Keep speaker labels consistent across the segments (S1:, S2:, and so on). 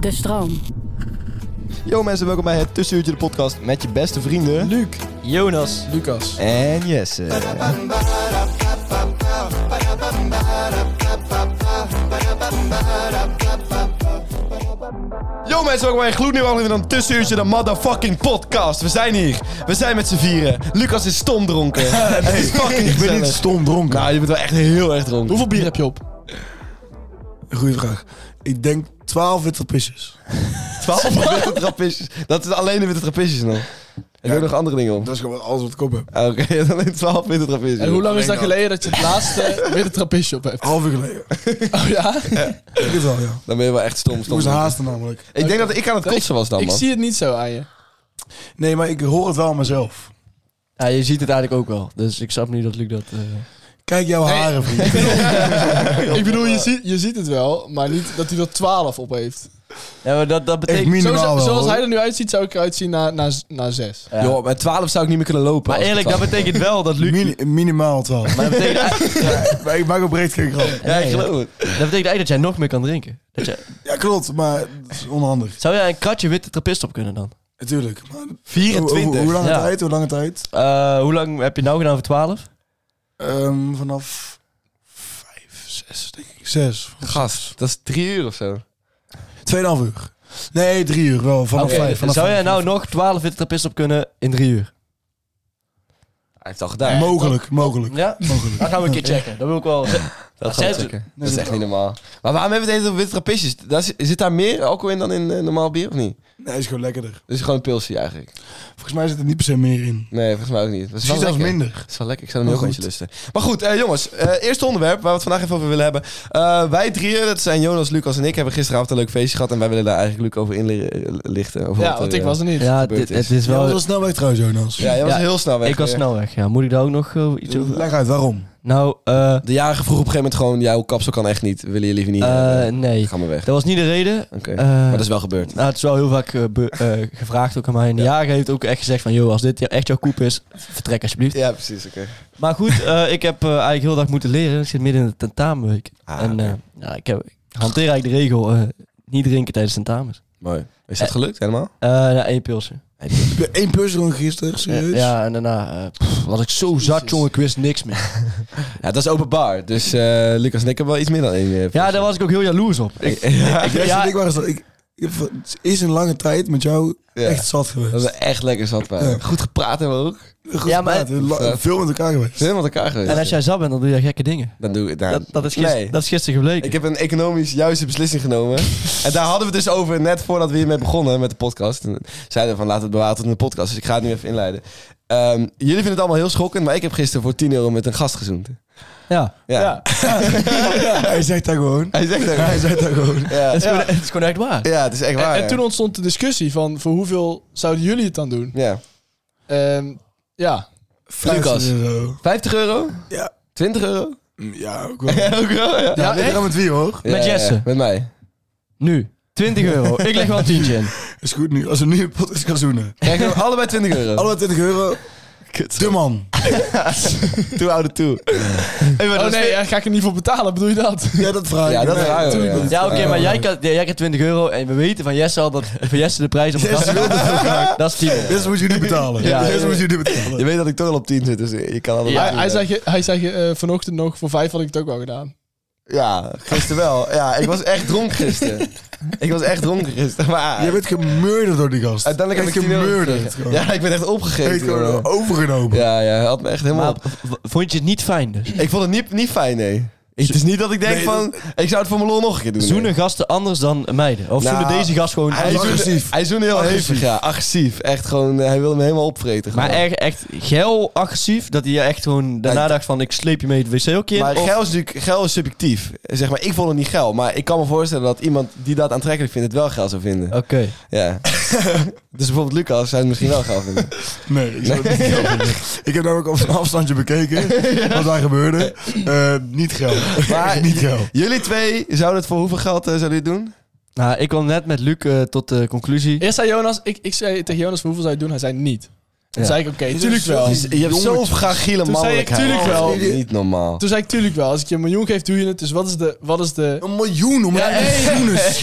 S1: De stroom.
S2: Yo mensen, welkom bij het Tussenuurtje de podcast met je beste vrienden... Luc, Jonas
S3: Lucas.
S2: en Jesse. Yo mensen, welkom bij een gloednieuwe aflevering van Tussenuurtje de motherfucking podcast. We zijn hier, we zijn met z'n vieren. Lucas is stom dronken. Het is fucking
S3: Ik ben niet
S2: gezellig.
S3: stom dronken.
S2: Nou, je bent wel echt heel erg dronken.
S3: Hoeveel bier heb je op? Goeie vraag. Ik denk 12 witte pisjes.
S2: 12 witte trappistjes. Dat is alleen de witte trappistjes nog. En ook nog andere dingen om.
S3: Dat is gewoon alles wat ik op heb.
S2: Ah, Oké, alleen 12 witte trappistjes.
S4: En hoe lang is
S3: Alleen dat.
S4: dat geleden dat je het laatste weer een trappistje op hebt?
S3: Half uur geleden.
S4: Oh ja?
S3: Ik weet wel, ja.
S2: Dan ben je wel echt stom,
S3: Ik
S2: stom.
S3: moest haasten namelijk.
S2: Ik denk dat ik aan het kotsen was dan,
S4: Ik
S2: man.
S4: zie het niet zo aan je.
S3: Nee, maar ik hoor het wel aan mezelf.
S5: Ja, je ziet het eigenlijk ook wel. Dus ik snap niet dat Luc dat... eh,
S3: Kijk jouw haren, vriend.
S4: Ik bedoel, je ziet, je ziet het wel, maar niet dat hij er 12 op heeft.
S5: Ja, maar dat, dat
S3: Echt
S5: betekent...
S3: minimaal
S4: Zo-
S3: wel,
S4: zoals
S3: hoor.
S4: hij er nu uitziet, zou ik eruit zien naar, naar, naar 6.
S5: Ja.
S2: Joh, met 12 zou ik niet meer kunnen lopen.
S5: maar
S2: als ik
S5: eerlijk, dat
S2: 12
S5: betekent wel dat Luc...
S3: Mini- minimaal 12.
S5: Maar dat betekent, eigenlijk-
S3: Maar ik maak oprecht geen grap.
S2: Ja, Dus ik
S5: Nee,
S2: geloof het.
S5: dat betekent eigenlijk dat jij nog meer kan drinken. Dat jij-
S3: Ja, klopt, maar het is onhandig.
S5: zou jij een kratje witte trappist op kunnen dan?
S3: Natuurlijk. Maar hoe-
S2: 24.
S3: Hoe, hoe lange
S5: Ja.
S3: tijd? Hoe lange tijd?
S5: Eh, hoe lang heb je nou gedaan voor 12?
S3: Ehm, vanaf 5, 6, denk ik. 6.
S2: Gast, dat is drie uur of zo.
S3: 2,5 uur. Nee, 3 uur wel. Vanaf
S5: Oké,
S3: 5. Vanaf
S5: zou jij
S3: vijf.
S5: nou nog 12 witte trappist op kunnen in drie uur?
S2: Hij heeft het al
S5: nou-
S2: gedaan.
S3: Mogelijk, mogelijk.
S5: Ja?
S3: mogelijk.
S5: Dat gaan we een keer checken. Dat wil ik wel...
S2: dat, gaan we
S5: Zes-
S2: checken. dat is echt niet normaal. Maar waarom hebben we het even over witte trappistjes? Daar zit- Zit daar meer alcohol in dan in eh, normaal bier, of niet?
S3: Nee, is gewoon lekkerder.
S2: Dat is gewoon een pilsie eigenlijk.
S3: Volgens mij zit er niet per se meer in.
S2: Nee, volgens mij ook niet. Dat is wel
S3: Misschien zelfs
S2: lekker.
S3: minder.
S2: Dat is wel lekker. Ik zou hem
S3: Maar
S2: heel goed
S3: goed.
S2: lusten. Maar goed, eh, jongens. eh eerste onderwerp waar we het vandaag even over willen hebben. Eh, wij drieën, dat zijn Jonas, Lucas en ik, hebben gisteravond een leuk feestje gehad. En wij willen daar eigenlijk Luc over inlichten. over
S4: Ja,
S2: wat
S4: want
S2: er,
S4: ik was er niet.
S5: Ja,
S2: gebeurd
S5: dit,
S2: is.
S5: het is
S3: Ja,
S5: wel...
S3: dat was snel weg trouwens, Jonas.
S2: Ja, jij was
S5: Ja,
S2: heel snel weg.
S5: ik was
S2: eh.
S5: snel weg, ja. Moet ik daar ook nog eh, iets over...
S3: Leg uit, waarom?
S5: Nou, eh...
S2: De jarige vroeg op een gegeven moment gewoon... jouw kapsel kan echt niet. Willen jullie liever niet
S5: eh,
S2: hebben.
S5: nee.
S2: Ga maar weg.
S5: Dat was niet de reden.
S2: Oké.
S5: Eh,
S2: maar dat is wel gebeurd.
S5: Nou, het is wel heel vaak eh, be- eh, gevraagd ook aan mij. En de jager heeft ook echt gezegd van... ...joh, als dit echt jouw koep is, vertrek alsjeblieft.
S2: Ja, precies. Oké.
S5: Maar goed, eh, ik heb eh, eigenlijk heel de dag moeten leren. Ik zit midden in de tentamenweek.
S2: Ah,
S5: en
S2: oké.
S5: eh, ja, ik, heb, ik hanteer eigenlijk de regel... eh, ...niet drinken tijdens tentamens.
S2: Mooi. Is dat gelukt helemaal?
S5: Eh ja, één pilsje.
S3: Heb je één pus rond gisteren, serieus?
S5: Ja, en daarna eh, pff, was ik zo zat, jongen. Ik wist niks meer.
S2: Ja, dat is openbaar. Dus eh, Lucas en ik hebben wel iets meer dan één. eh,
S5: Ja, daar was ik ook heel jaloers op.
S2: Ik- ja,
S3: Ik,
S5: Ja.
S3: ja. ik, was, ik, ik heb het is een lange tijd met jou
S2: Ja.
S3: echt zat geweest.
S2: dat is echt lekker zat. maar.
S3: Ja.
S2: Goed gepraat hebben we ook.
S3: Goed
S5: Ja, maar-
S3: gepraat, la-
S2: Ja.
S3: veel met elkaar
S2: We
S3: geweest.
S2: zijn helemaal met elkaar geweest.
S5: En als jij zat bent, dan doe je gekke dingen.
S2: Dan doe ik het nou,
S5: Dat, dat, is, gister,
S2: nee.
S5: dat is gisteren gebleken.
S2: Ik heb een economisch juiste beslissing genomen. en daar hadden we het dus over net voordat we hiermee begonnen met de podcast. En zeiden we van laten we het bewaren tot in de podcast. Dus ik ga het nu even inleiden. Ehm, jullie vinden het allemaal heel schokkend, maar ik heb gisteren voor 10 euro met een gast gezoend.
S5: Ja.
S2: Ja.
S3: Hij zegt dat gewoon.
S2: Hij zegt dat.
S3: Hij zegt dat gewoon.
S2: Ja.
S5: Het is, Gewoon, het is gewoon echt waar.
S2: ja, het is echt
S4: En,
S2: waar.
S4: en
S2: ja.
S4: toen ontstond de discussie van voor hoeveel zouden jullie het dan doen?
S2: Ja.
S4: Ehm, ja,
S2: Lucas.
S3: 15 euro.
S2: 50 euro?
S3: Ja.
S2: 20 euro?
S3: Mm, Ja, ook wel.
S2: ook wel, ja.
S3: Ja, weet je wel met wie hoor?
S5: Met Jesse.
S2: met mij.
S5: Nu. 20 euro. Ik leg wel een tientje in.
S3: Is goed nu. Als we nu een podcast gaan zoenen.
S2: Krijgen we allebei 20 euro.
S3: Alle 20 euro. De man.
S2: toe, oude toe.
S4: oh nee, daar ga ik er niet voor betalen, bedoel je dat?
S3: Ja, dat vraag ik.
S2: Ja, dat
S3: Nee,
S2: vragen we,
S3: tuurlijk
S2: ja.
S3: niet.
S5: Ja, oké, maar jij, kan, ja, jij krijgt 20 euro en we weten van Jesse al dat voor Jesse de prijs op de
S3: Jesse
S5: kast
S3: wil dat ook graag.
S5: Dat is 10 euro.
S3: Dit is wat jullie betalen.
S5: Ja.
S3: Dit is wat jullie betalen.
S2: Je weet dat ik toch al op 10 zit, dus je kan allemaal.
S4: hij, hij zei, ge- hij zei ge- eh, vanochtend nog, voor 5 had ik het ook wel gedaan.
S2: Ja, gisteren wel. Ja, ik was echt dronken gisteren. ik was echt dronken gisteren. Maar
S3: Je bent gemurderd door die gast.
S2: uiteindelijk heb
S3: Echt
S2: ik 10 euro
S3: gemurderd.
S2: gekregen.
S3: gewoon.
S2: Ja, ik ben echt opgegeten.
S3: Echt gewoon
S2: jongen.
S3: overgenomen.
S2: Ja, ja, hij had me echt helemaal...
S5: Maar
S2: op.
S5: v- vond je het niet fijn dus?
S2: Ik vond het niet, niet fijn, nee. Het is niet dat ik denk
S3: Nee,
S2: van, ik zou het voor mijn lol nog een keer doen.
S5: Zoenen gasten anders dan meiden? Of
S2: Nou,
S5: zoenen deze gast gewoon...
S2: Hij
S5: anders?
S2: zoende,
S3: agressief.
S2: Hij zoende heel
S3: Agressief.
S2: hevig, ja. Agressief. Echt gewoon, eh, hij wilde me helemaal opvreten.
S5: Maar
S2: gewoon.
S5: echt, echt geil agressief, dat hij echt gewoon daarna
S2: Nee,
S5: dacht van ik sleep je mee het wc-hokje in.
S2: Maar
S5: Of-
S2: geil is natuurlijk geil is subjectief. Zeg maar, ik vond het niet geil. Maar ik kan me voorstellen dat iemand die dat aantrekkelijk vindt, het wel geil zou vinden.
S5: Oké.
S2: Ja. dus bijvoorbeeld Lucas zou het misschien wel geil vinden.
S3: Nee, ik, zou het niet geil vinden. ik heb namelijk op een afstandje bekeken wat daar gebeurde. Eh, niet geld.
S2: Maar-
S3: niet geld.
S2: Jullie twee zouden het voor hoeveel geld eh, zouden jullie het doen?
S5: Nou, ik kwam net met Luc eh, tot de conclusie.
S4: Eerst zei Jonas, ik, ik zei tegen Jonas hoeveel zou je doen? Hij zei niet. Toen
S5: Ja.
S4: zei ik oké, tuurlijk
S2: Je
S4: wel.
S2: hebt zo'n fragiele
S4: Toen zei ik,
S2: mannelijkheid.
S4: tuurlijk wel.
S2: Niet normaal.
S4: Toen zei ik tuurlijk wel. Als ik je een miljoen geef, doe je het. Dus wat is de... Wat is de...
S3: Een miljoen om
S4: Ja, nee.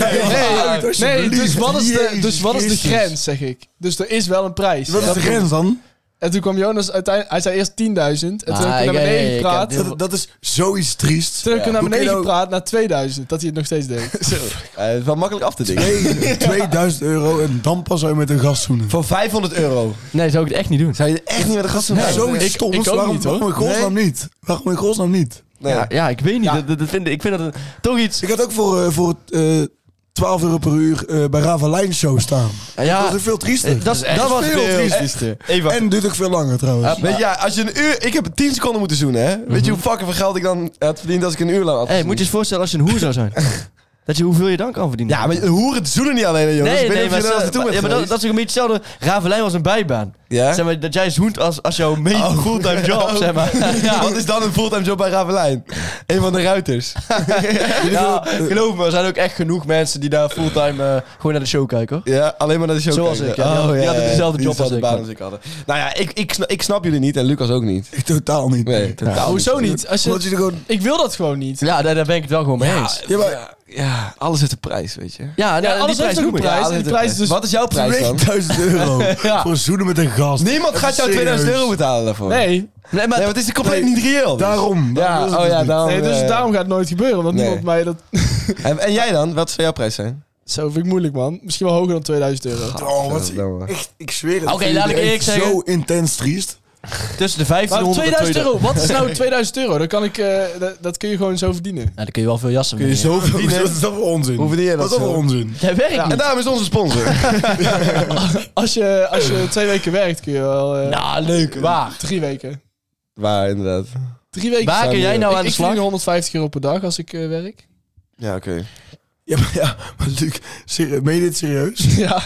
S3: uit,
S4: Nee,
S3: alsjeblieft.
S4: dus wat, is de,
S3: Jezus
S4: dus wat is de
S3: Christus.
S4: grens, zeg ik. Dus er is wel een prijs.
S3: Wat is de grens dan?
S4: En toen kwam Jonas uiteindelijk... Hij zei eerst 10.000. En toen
S5: Ah,
S4: heb ik
S5: ik-
S4: naar beneden
S5: ik- ik-
S4: gepraat.
S5: ik-
S4: Toen
S5: ik-
S3: Dat, dat is zoiets triest.
S4: heb ik hem naar
S3: Hoe kun je
S4: beneden
S3: nou-
S4: gepraat naar 2000. Dat hij het nog steeds deed.
S2: Eh, het is wel makkelijk af te dingen.
S3: Nee, 2000 euro en dan pas zou je met een gast zoenen.
S2: Voor 500 euro.
S5: Nee, zou ik het echt niet doen.
S2: Zou je het echt niet met een gast doen?
S3: Nee, zoiets
S4: ik-
S3: stoms.
S4: ik ook
S3: waarom,
S4: niet, hoor.
S3: waarom in godsnaam niet? Waarom in godsnaam niet?
S2: Nee.
S5: Ja, ja, ik weet niet. Dat, dat- dat vind, ik- ik vind dat een- toch iets...
S3: Ik had ook voor, eh, voor eh 12 euro per uur eh, bij Ravelijn Show staan.
S5: Ja,
S3: dat is veel triester.
S5: eh, dat is- dat was veel Eh,
S3: triester.
S5: even...
S3: En duurt ook veel langer trouwens.
S2: Weet je, ja, als je een uur... Ik heb 10 seconden moeten zoenen, hè? Weet je hoe fucking veel geld ik dan had verdiend als ik een uur lang had
S5: Mhm. hey, Eh, moet je eens voorstellen als je een hoer zou zijn. dat je hoeveel je dan kan verdienen.
S2: Ja, maar hoeren het zoenen niet alleen, hè, jongens.
S5: Nee,
S2: ik weet
S5: nee,
S2: niet
S5: maar,
S2: of je daar
S5: ze-
S2: naartoe
S5: maar-
S2: bent
S5: ja, maar dat,
S2: geweest.
S5: dat is ook een beetje hetzelfde. Ravelijn was een bijbaan.
S2: Ja? Oh.
S5: Zeg maar, dat jij zoent als, als jouw main fulltime job, zeg maar. ja.
S2: Wat is dan een fulltime job bij Ravelijn? Een van de ruiters.
S5: Ja, geloof me, er zijn ook echt genoeg mensen die daar fulltime eh, gewoon naar de show kijken. hoor.
S2: Ja, alleen maar dat is ook Oh,
S5: Zoals ik, ja. Die hadden- die hadden dezelfde job als ik,
S2: baan
S5: man.
S2: als ik hadden. Nou ja, ik, ik, sna- ik snap jullie niet en Lucas ook niet.
S3: Ik totaal niet.
S2: Nee, totaal Nou, niet.
S4: Hoezo niet? Als
S3: Omdat je
S4: je,
S3: er gewoon...
S4: ik wil dat gewoon niet.
S5: Ja, daar, daar ben ik het wel gewoon mee eens.
S3: Ja, maar-
S2: Ja, ja, alles heeft een prijs, weet je.
S5: Ja, nou,
S4: Ja, alles
S5: die prijs
S4: heeft ook
S5: noem
S4: een
S5: ik.
S4: prijs.
S2: Ja,
S4: en
S2: alles
S4: die prijs
S2: heeft-
S4: dus...
S2: Wat is jouw prijs dan?
S3: 2000 euro voor zoenen met een gast.
S2: Niemand gaat jou
S3: Serieus.
S2: 2000 euro betalen daarvoor.
S4: Nee.
S5: Nee, maar
S2: Nee, want het is compleet niet reëel. dus.
S3: Daarom.
S2: Ja,
S3: Daarom is het
S2: oh ja,
S3: niet.
S2: daarom.
S4: Nee, dus
S2: eh,
S4: daarom gaat het nooit gebeuren. Want
S2: Nee.
S4: niemand mij dat...
S2: En, en jij dan? Wat zou jouw prijs zijn?
S4: Zo vind ik moeilijk, man. Misschien wel hoger dan 2000 euro.
S3: Oh, wat
S2: Gadverdamme.
S3: echt, ik zweer het.
S5: Oké, laat ik
S3: Echt
S5: eerlijk zeggen.
S3: Zo intens triest.
S5: tussen de
S4: Maar
S5: 1500 en
S4: 2000
S5: 2000.
S4: euro, wat is nou 2000 euro? Dan kan ik, eh, dat, dat kun je gewoon zo verdienen.
S5: Nou, dan kun je wel veel jassen mee.
S3: Zo verdienen. Wat is dat voor onzin?
S2: Hoe verdien je dat
S3: Wat is dat
S2: zo?
S3: voor onzin?
S5: Jij werkt
S2: En
S5: niet.
S2: daarom is onze sponsor.
S4: Als je, als je twee weken werkt, kun je wel... eh,
S5: Nou, leuk. Waar?
S4: Drie weken.
S2: Waar, inderdaad.
S4: Drie weken.
S5: Waar kun jij nou aan de
S4: ik
S5: slag?
S4: verdien 150 euro per dag als ik eh, werk.
S2: Ja, oké.
S3: Ja, maar, ja, maar Luc, serie- meen je dit serieus?
S4: Ja.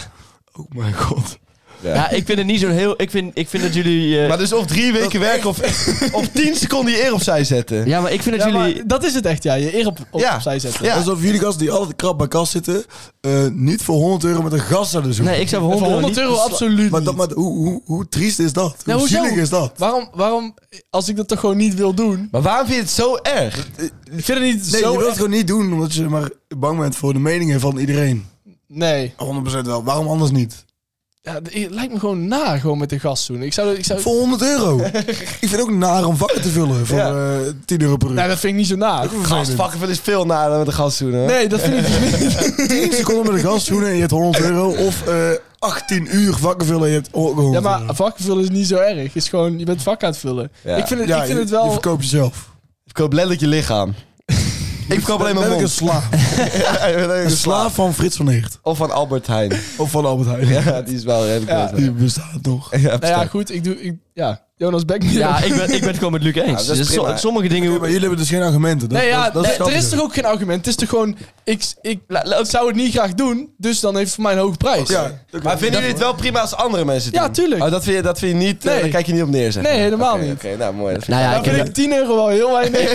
S3: Oh mijn god.
S5: Ja, ik vind het niet zo heel... Ik vind, ik vind dat jullie... eh,
S2: Maar dus of drie weken werken of, of tien seconden je eer opzij zetten.
S5: ja, maar ik vind dat
S4: Ja,
S5: jullie...
S4: maar dat is het echt, ja. Je eer op, op,
S2: Ja.
S4: opzij zetten.
S2: Ja.
S3: Alsof jullie gasten die altijd krap bij kast zitten, eh, niet voor 100 euro met een gast zouden zoeken.
S5: Nee, ik zou
S4: En
S5: voor
S4: Voor 100 euro absoluut
S3: maar dat,
S4: niet.
S3: maar hoe, hoe, hoe triest is dat?
S4: Nou,
S3: hoe
S4: hoezo?
S3: zielig is dat?
S4: Waarom, waarom, als ik dat toch gewoon niet wil doen?
S2: Maar waarom vind je het zo erg?
S4: Ik vind het niet
S3: Nee,
S4: zo...
S3: je wilt het
S4: echt-
S3: gewoon niet doen omdat je maar bang bent voor de meningen van iedereen.
S4: Nee.
S3: 100% wel. Waarom anders niet?
S4: Ja, d- het lijkt me gewoon na, gewoon met de gast doen. Ik zou... Ik zou
S3: Voor 100 euro. ik vind het ook naar om vakken te vullen voor eh 10 euro per uur.
S4: nou, dat vind ik niet zo na.
S2: Gastvakken veel is veel nader met een gast doen, hè?
S4: Nee, dat vind ik niet.
S3: 10 seconden met een gast zoenen en je hebt 100 euro. Of eh, 18 uur vakken vullen en je hebt ook 100
S4: Ja,
S3: euro.
S4: maar vak vullen is niet zo erg. Het is gewoon, je bent vak aan het vullen.
S2: Ja.
S4: Ik vind het,
S3: Ja,
S4: ik vind
S3: je-
S4: het
S3: Je
S4: wel...
S3: verkoopt jezelf.
S2: Ik koop letterlijk je lichaam. ik koop alleen mijn
S3: Ben ik een
S2: mond.
S3: slaaf.
S2: Een
S3: Een slaaf van Frits van Eert.
S2: Of van Albert Heijn.
S3: Of van Albert Heijn.
S2: Ja, die is wel redelijk.
S4: Ja.
S2: groot, hè.
S3: Die bestaat nog.
S2: Ja,
S4: Nou ja,
S2: bestaan.
S4: goed, ik doe... Ik, ja, Jonas Beck.
S5: Ja, ik ben, ik ben het gewoon met Luc eens.
S2: dat is
S5: Dus
S2: prima.
S5: so- sommige dingen...
S3: Ja, maar jullie hebben dus geen argumenten. Dat,
S4: nee, ja,
S3: dat, dat
S4: nee,
S3: snap
S4: er is
S3: ik.
S4: toch ook geen argument. Het is toch gewoon, ik, ik la- la- zou het niet graag doen, dus dan heeft het voor mij een hoge prijs.
S3: Ja,
S2: Maar vinden jullie het wel prima als andere mensen het
S4: Ja,
S2: doen?
S4: tuurlijk.
S2: Oh, dat vind je, dat vind je niet... eh,
S4: Nee.
S2: daar kijk je niet op neer, zeg
S4: Nee,
S2: maar.
S4: helemaal
S2: Oké,
S4: niet.
S2: Oké, nou, mooi. Dat vind
S5: Nou ja,
S4: Dan
S5: ik heb...
S4: vind ik 10 euro wel heel weinig.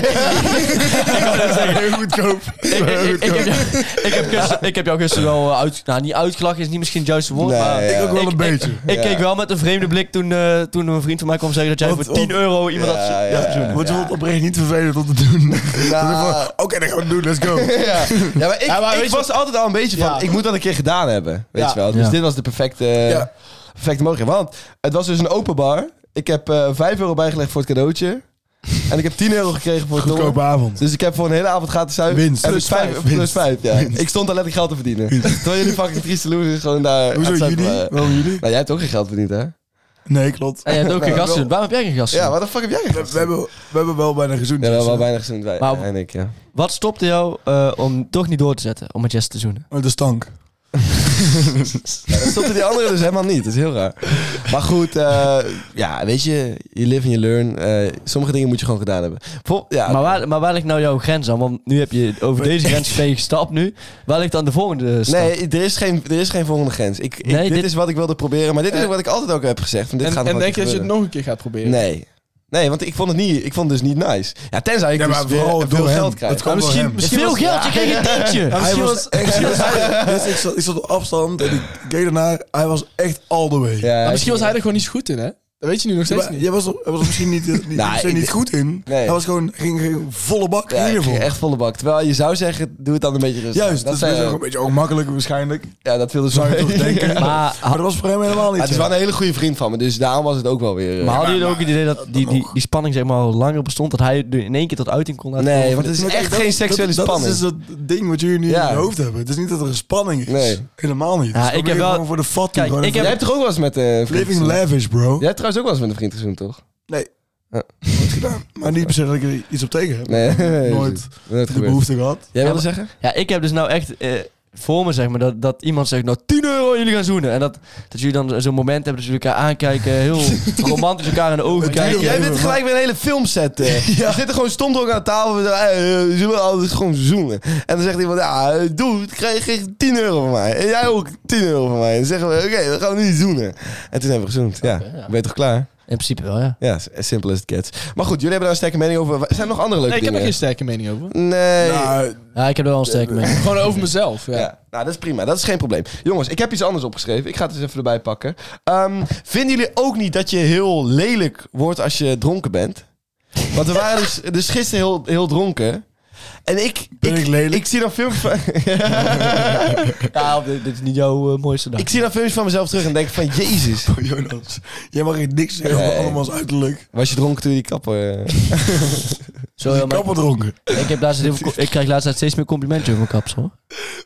S3: heel goedkoop.
S5: Ik, ik, ik, heb- ik heb gisteren- ik heb jou gisteren wel eh, uit... Nou, niet uitgelachen is niet misschien het juiste woord,
S2: Nee,
S5: maar...
S2: ja.
S3: Ik ook wel
S5: Ik-
S3: een beetje.
S5: Ik
S2: Ja.
S5: keek wel met een vreemde blik toen, eh, toen een vriend van mij kwam zeggen dat jij
S3: Wat-
S5: voor 10
S3: wat-
S5: euro iemand had.
S2: Ja, ja,
S5: had
S2: ja.
S5: zoenen.
S3: Want je wordt oprecht niet vervelend om te doen.
S2: Nou.
S3: Oké, dat gaan we doen. Let's go.
S2: Ja, ja maar ik,
S4: Ja, maar
S2: ik
S4: weet je
S2: was altijd al een beetje van,
S4: Ja.
S2: ik moet dat een keer gedaan hebben. Weet
S4: Ja.
S2: je wel. Dus
S5: Ja.
S2: dit was de perfecte,
S3: Ja.
S2: perfecte mogelijkheid. Want het was dus een open bar. Ik heb eh 5 euro bijgelegd voor het cadeautje. En ik heb 10 euro gekregen voor het
S3: Goedkope
S2: dobbel.
S3: avond.
S2: Dus ik heb voor een hele avond gratis zuipen.
S3: Winst.
S2: En
S3: Plus
S2: dus vijf,
S3: vijf.
S2: plus
S3: Winst.
S2: 5, ja.
S3: Winst.
S2: Ik stond daar letterlijk geld te verdienen. Terwijl jullie fucking trieste losers gewoon daar aan het
S3: Hoezo
S2: zuipen
S3: jullie?
S2: waren.
S3: Waarom jullie?
S2: Nou, jij hebt ook geen geld verdiend, hè?
S3: Nee, klopt.
S5: En je hebt ook geen
S3: Nou,
S5: gast
S3: wel-
S5: Waarom heb jij geen gast
S2: Ja, wat de fuck heb jij
S3: We,
S2: gedaan?
S3: we hebben, we hebben wel bijna gezoend.
S2: Ja, we hebben wel
S3: dus,
S2: weinig gezien. Wij,
S5: Maar-
S2: en ik, ja.
S5: Wat stopte jou eh, om toch niet door te zetten? Om met Jess te zoenen?
S3: eh, De stank.
S2: Ja, dat stopte die andere dus helemaal niet. Dat is heel raar. Maar goed, eh, ja, weet je, you live and you learn. Eh, sommige dingen moet je gewoon gedaan hebben. Vol- ja,
S5: Maar waar, maar waar ligt nou jouw grens aan? Want nu heb je over deze grens ben je gestapt nu. Waar ligt dan de volgende stap?
S2: nee, er is, geen, er is geen volgende grens. Ik, ik-
S5: Nee,
S2: dit, Eh,
S5: dit-
S2: is wat ik wilde proberen, maar dit is ook wat ik altijd ook heb gezegd. van dit
S4: En,
S2: gaat nog
S4: en
S2: wel een
S4: denk je
S2: keer
S4: dat je het
S2: gebeuren.
S4: nog een keer gaat proberen?
S2: Nee. Nee, want ik vond het, niet, ik vond het dus niet nice. Ja, tenzij ik
S3: Ja, maar
S2: dus weer
S3: vooral
S2: veel
S3: door hem.
S2: geld krijg.
S3: Het kwam
S2: Maar
S3: door
S2: misschien,
S3: hem.
S2: misschien
S5: Veel
S2: was-
S5: geld, je kreeg een tientje.
S3: Hij
S5: Misschien
S3: was echt... dus ik, zat, ik zat op afstand en ik keek ernaar. Hij was echt all the way.
S2: Ja,
S4: Maar misschien was hij er gewoon niet zo goed in, hè? Dat weet je nu nog steeds
S3: Maar
S4: niet.
S3: Jij was, er- hij was er misschien niet, niet,
S2: Nou,
S3: misschien
S2: ik-
S3: niet goed in.
S2: Nee.
S3: Hij was gewoon, ging, ging volle bak
S2: Ja,
S3: in
S2: ik
S3: ieder
S2: ging
S3: geval.
S2: echt volle bak. Terwijl je zou zeggen, doe het dan een beetje rustig.
S3: Juist, dat,
S2: zei
S3: is
S2: hij
S3: ook een
S2: ook.
S3: beetje ongemakkelijk waarschijnlijk.
S2: Ja, dat dus wilde ze
S3: Zou je toch denken.
S2: Ja.
S5: Maar,
S3: Maar dat was voor hem helemaal niet.
S2: Maar Ah, het is
S3: zo.
S2: wel een hele goede vriend van me, dus daarom was het ook wel weer... eh,
S5: maar hadden jullie ook het idee dat die, die, die spanning zeg maar al langer bestond? Dat hij er in één keer tot uiting kon laten
S2: nee,
S5: komen?
S2: want het is
S3: Maar kijk,
S2: echt
S3: dat-
S2: geen seksuele
S3: dat,
S2: spanning.
S3: Dat is dus dat ding wat jullie nu
S2: Ja.
S3: in je hoofd hebben. Het is niet dat er een spanning is.
S2: Nee.
S3: Helemaal niet.
S5: Ja,
S3: Dus
S5: ik heb
S3: probeer
S5: wel-
S3: Gewoon voor de fat.
S5: Kijk, ik heb-
S2: Jij hebt toch ook wel eens met eh, een vriend
S3: Living
S2: gezoend?
S3: lavish, bro.
S2: Jij hebt trouwens ook wel eens met een vriend gezoend, toch?
S3: Nooit gedaan. Maar niet per se dat ik er iets op tegen heb.
S2: Nee,
S3: Nooit
S2: Nooit
S3: de
S2: gebeurd.
S3: behoefte gehad.
S2: Jij wilde
S5: Ja,
S2: zeggen?
S5: Ja, ik heb dus nou echt eh, voor me, zeg maar, dat, dat iemand zegt, nou 10 euro jullie gaan zoenen. En dat, dat jullie dan zo'n moment hebben dat jullie elkaar aankijken, heel romantisch elkaar in de ogen kijken.
S2: Jij bent gelijk weer een hele filmset. eh. Je zit er gewoon stomdronken aan tafel. We zeggen, hey, eh, zullen we altijd gewoon zoenen? En dan zegt iemand, ja, eh, doe, ik krijg krijg 10 euro van mij. En jij ook 10 euro van mij. En dan zeggen we, oké, we gaan nu zoenen. En toen hebben we gezoend. Ja,
S5: ja.
S2: ben je toch klaar?
S5: In principe wel, ja.
S2: Ja, as simple as it gets. Maar goed, jullie hebben daar een sterke mening over. Zijn er nog andere leuke
S4: Nee, ik heb er
S2: dingen?
S4: geen sterke mening over.
S2: Nee.
S3: Nou,
S5: Ja, ik heb er wel een sterke mee.
S4: Gewoon over mezelf, ja.
S2: Ja. nou dat is prima. Dat is geen probleem. Jongens, ik heb iets anders opgeschreven. Ik ga het eens even erbij pakken. Ehm, vinden jullie ook niet dat je heel lelijk wordt als je dronken bent? Want we waren dus, dus gisteren heel, heel dronken. En ik...
S3: Ben ik lelijk?
S2: Ik zie dan filmpjes van,
S5: Ja, dit, dit is niet jouw eh, mooiste dag.
S2: ik zie dan filmpjes van mezelf terug en denk van... Jezus,
S3: voor Jonas, jij mag echt niks zeggen
S2: Nee.
S3: over andermans uiterlijk.
S2: was je dronken toen je die kapper... eh,
S5: Zo, ja, maar-
S3: Kapper dronken.
S5: ik, heb laatst heel veel, ik krijg laatst tijd steeds meer complimentjes over mijn kapsel.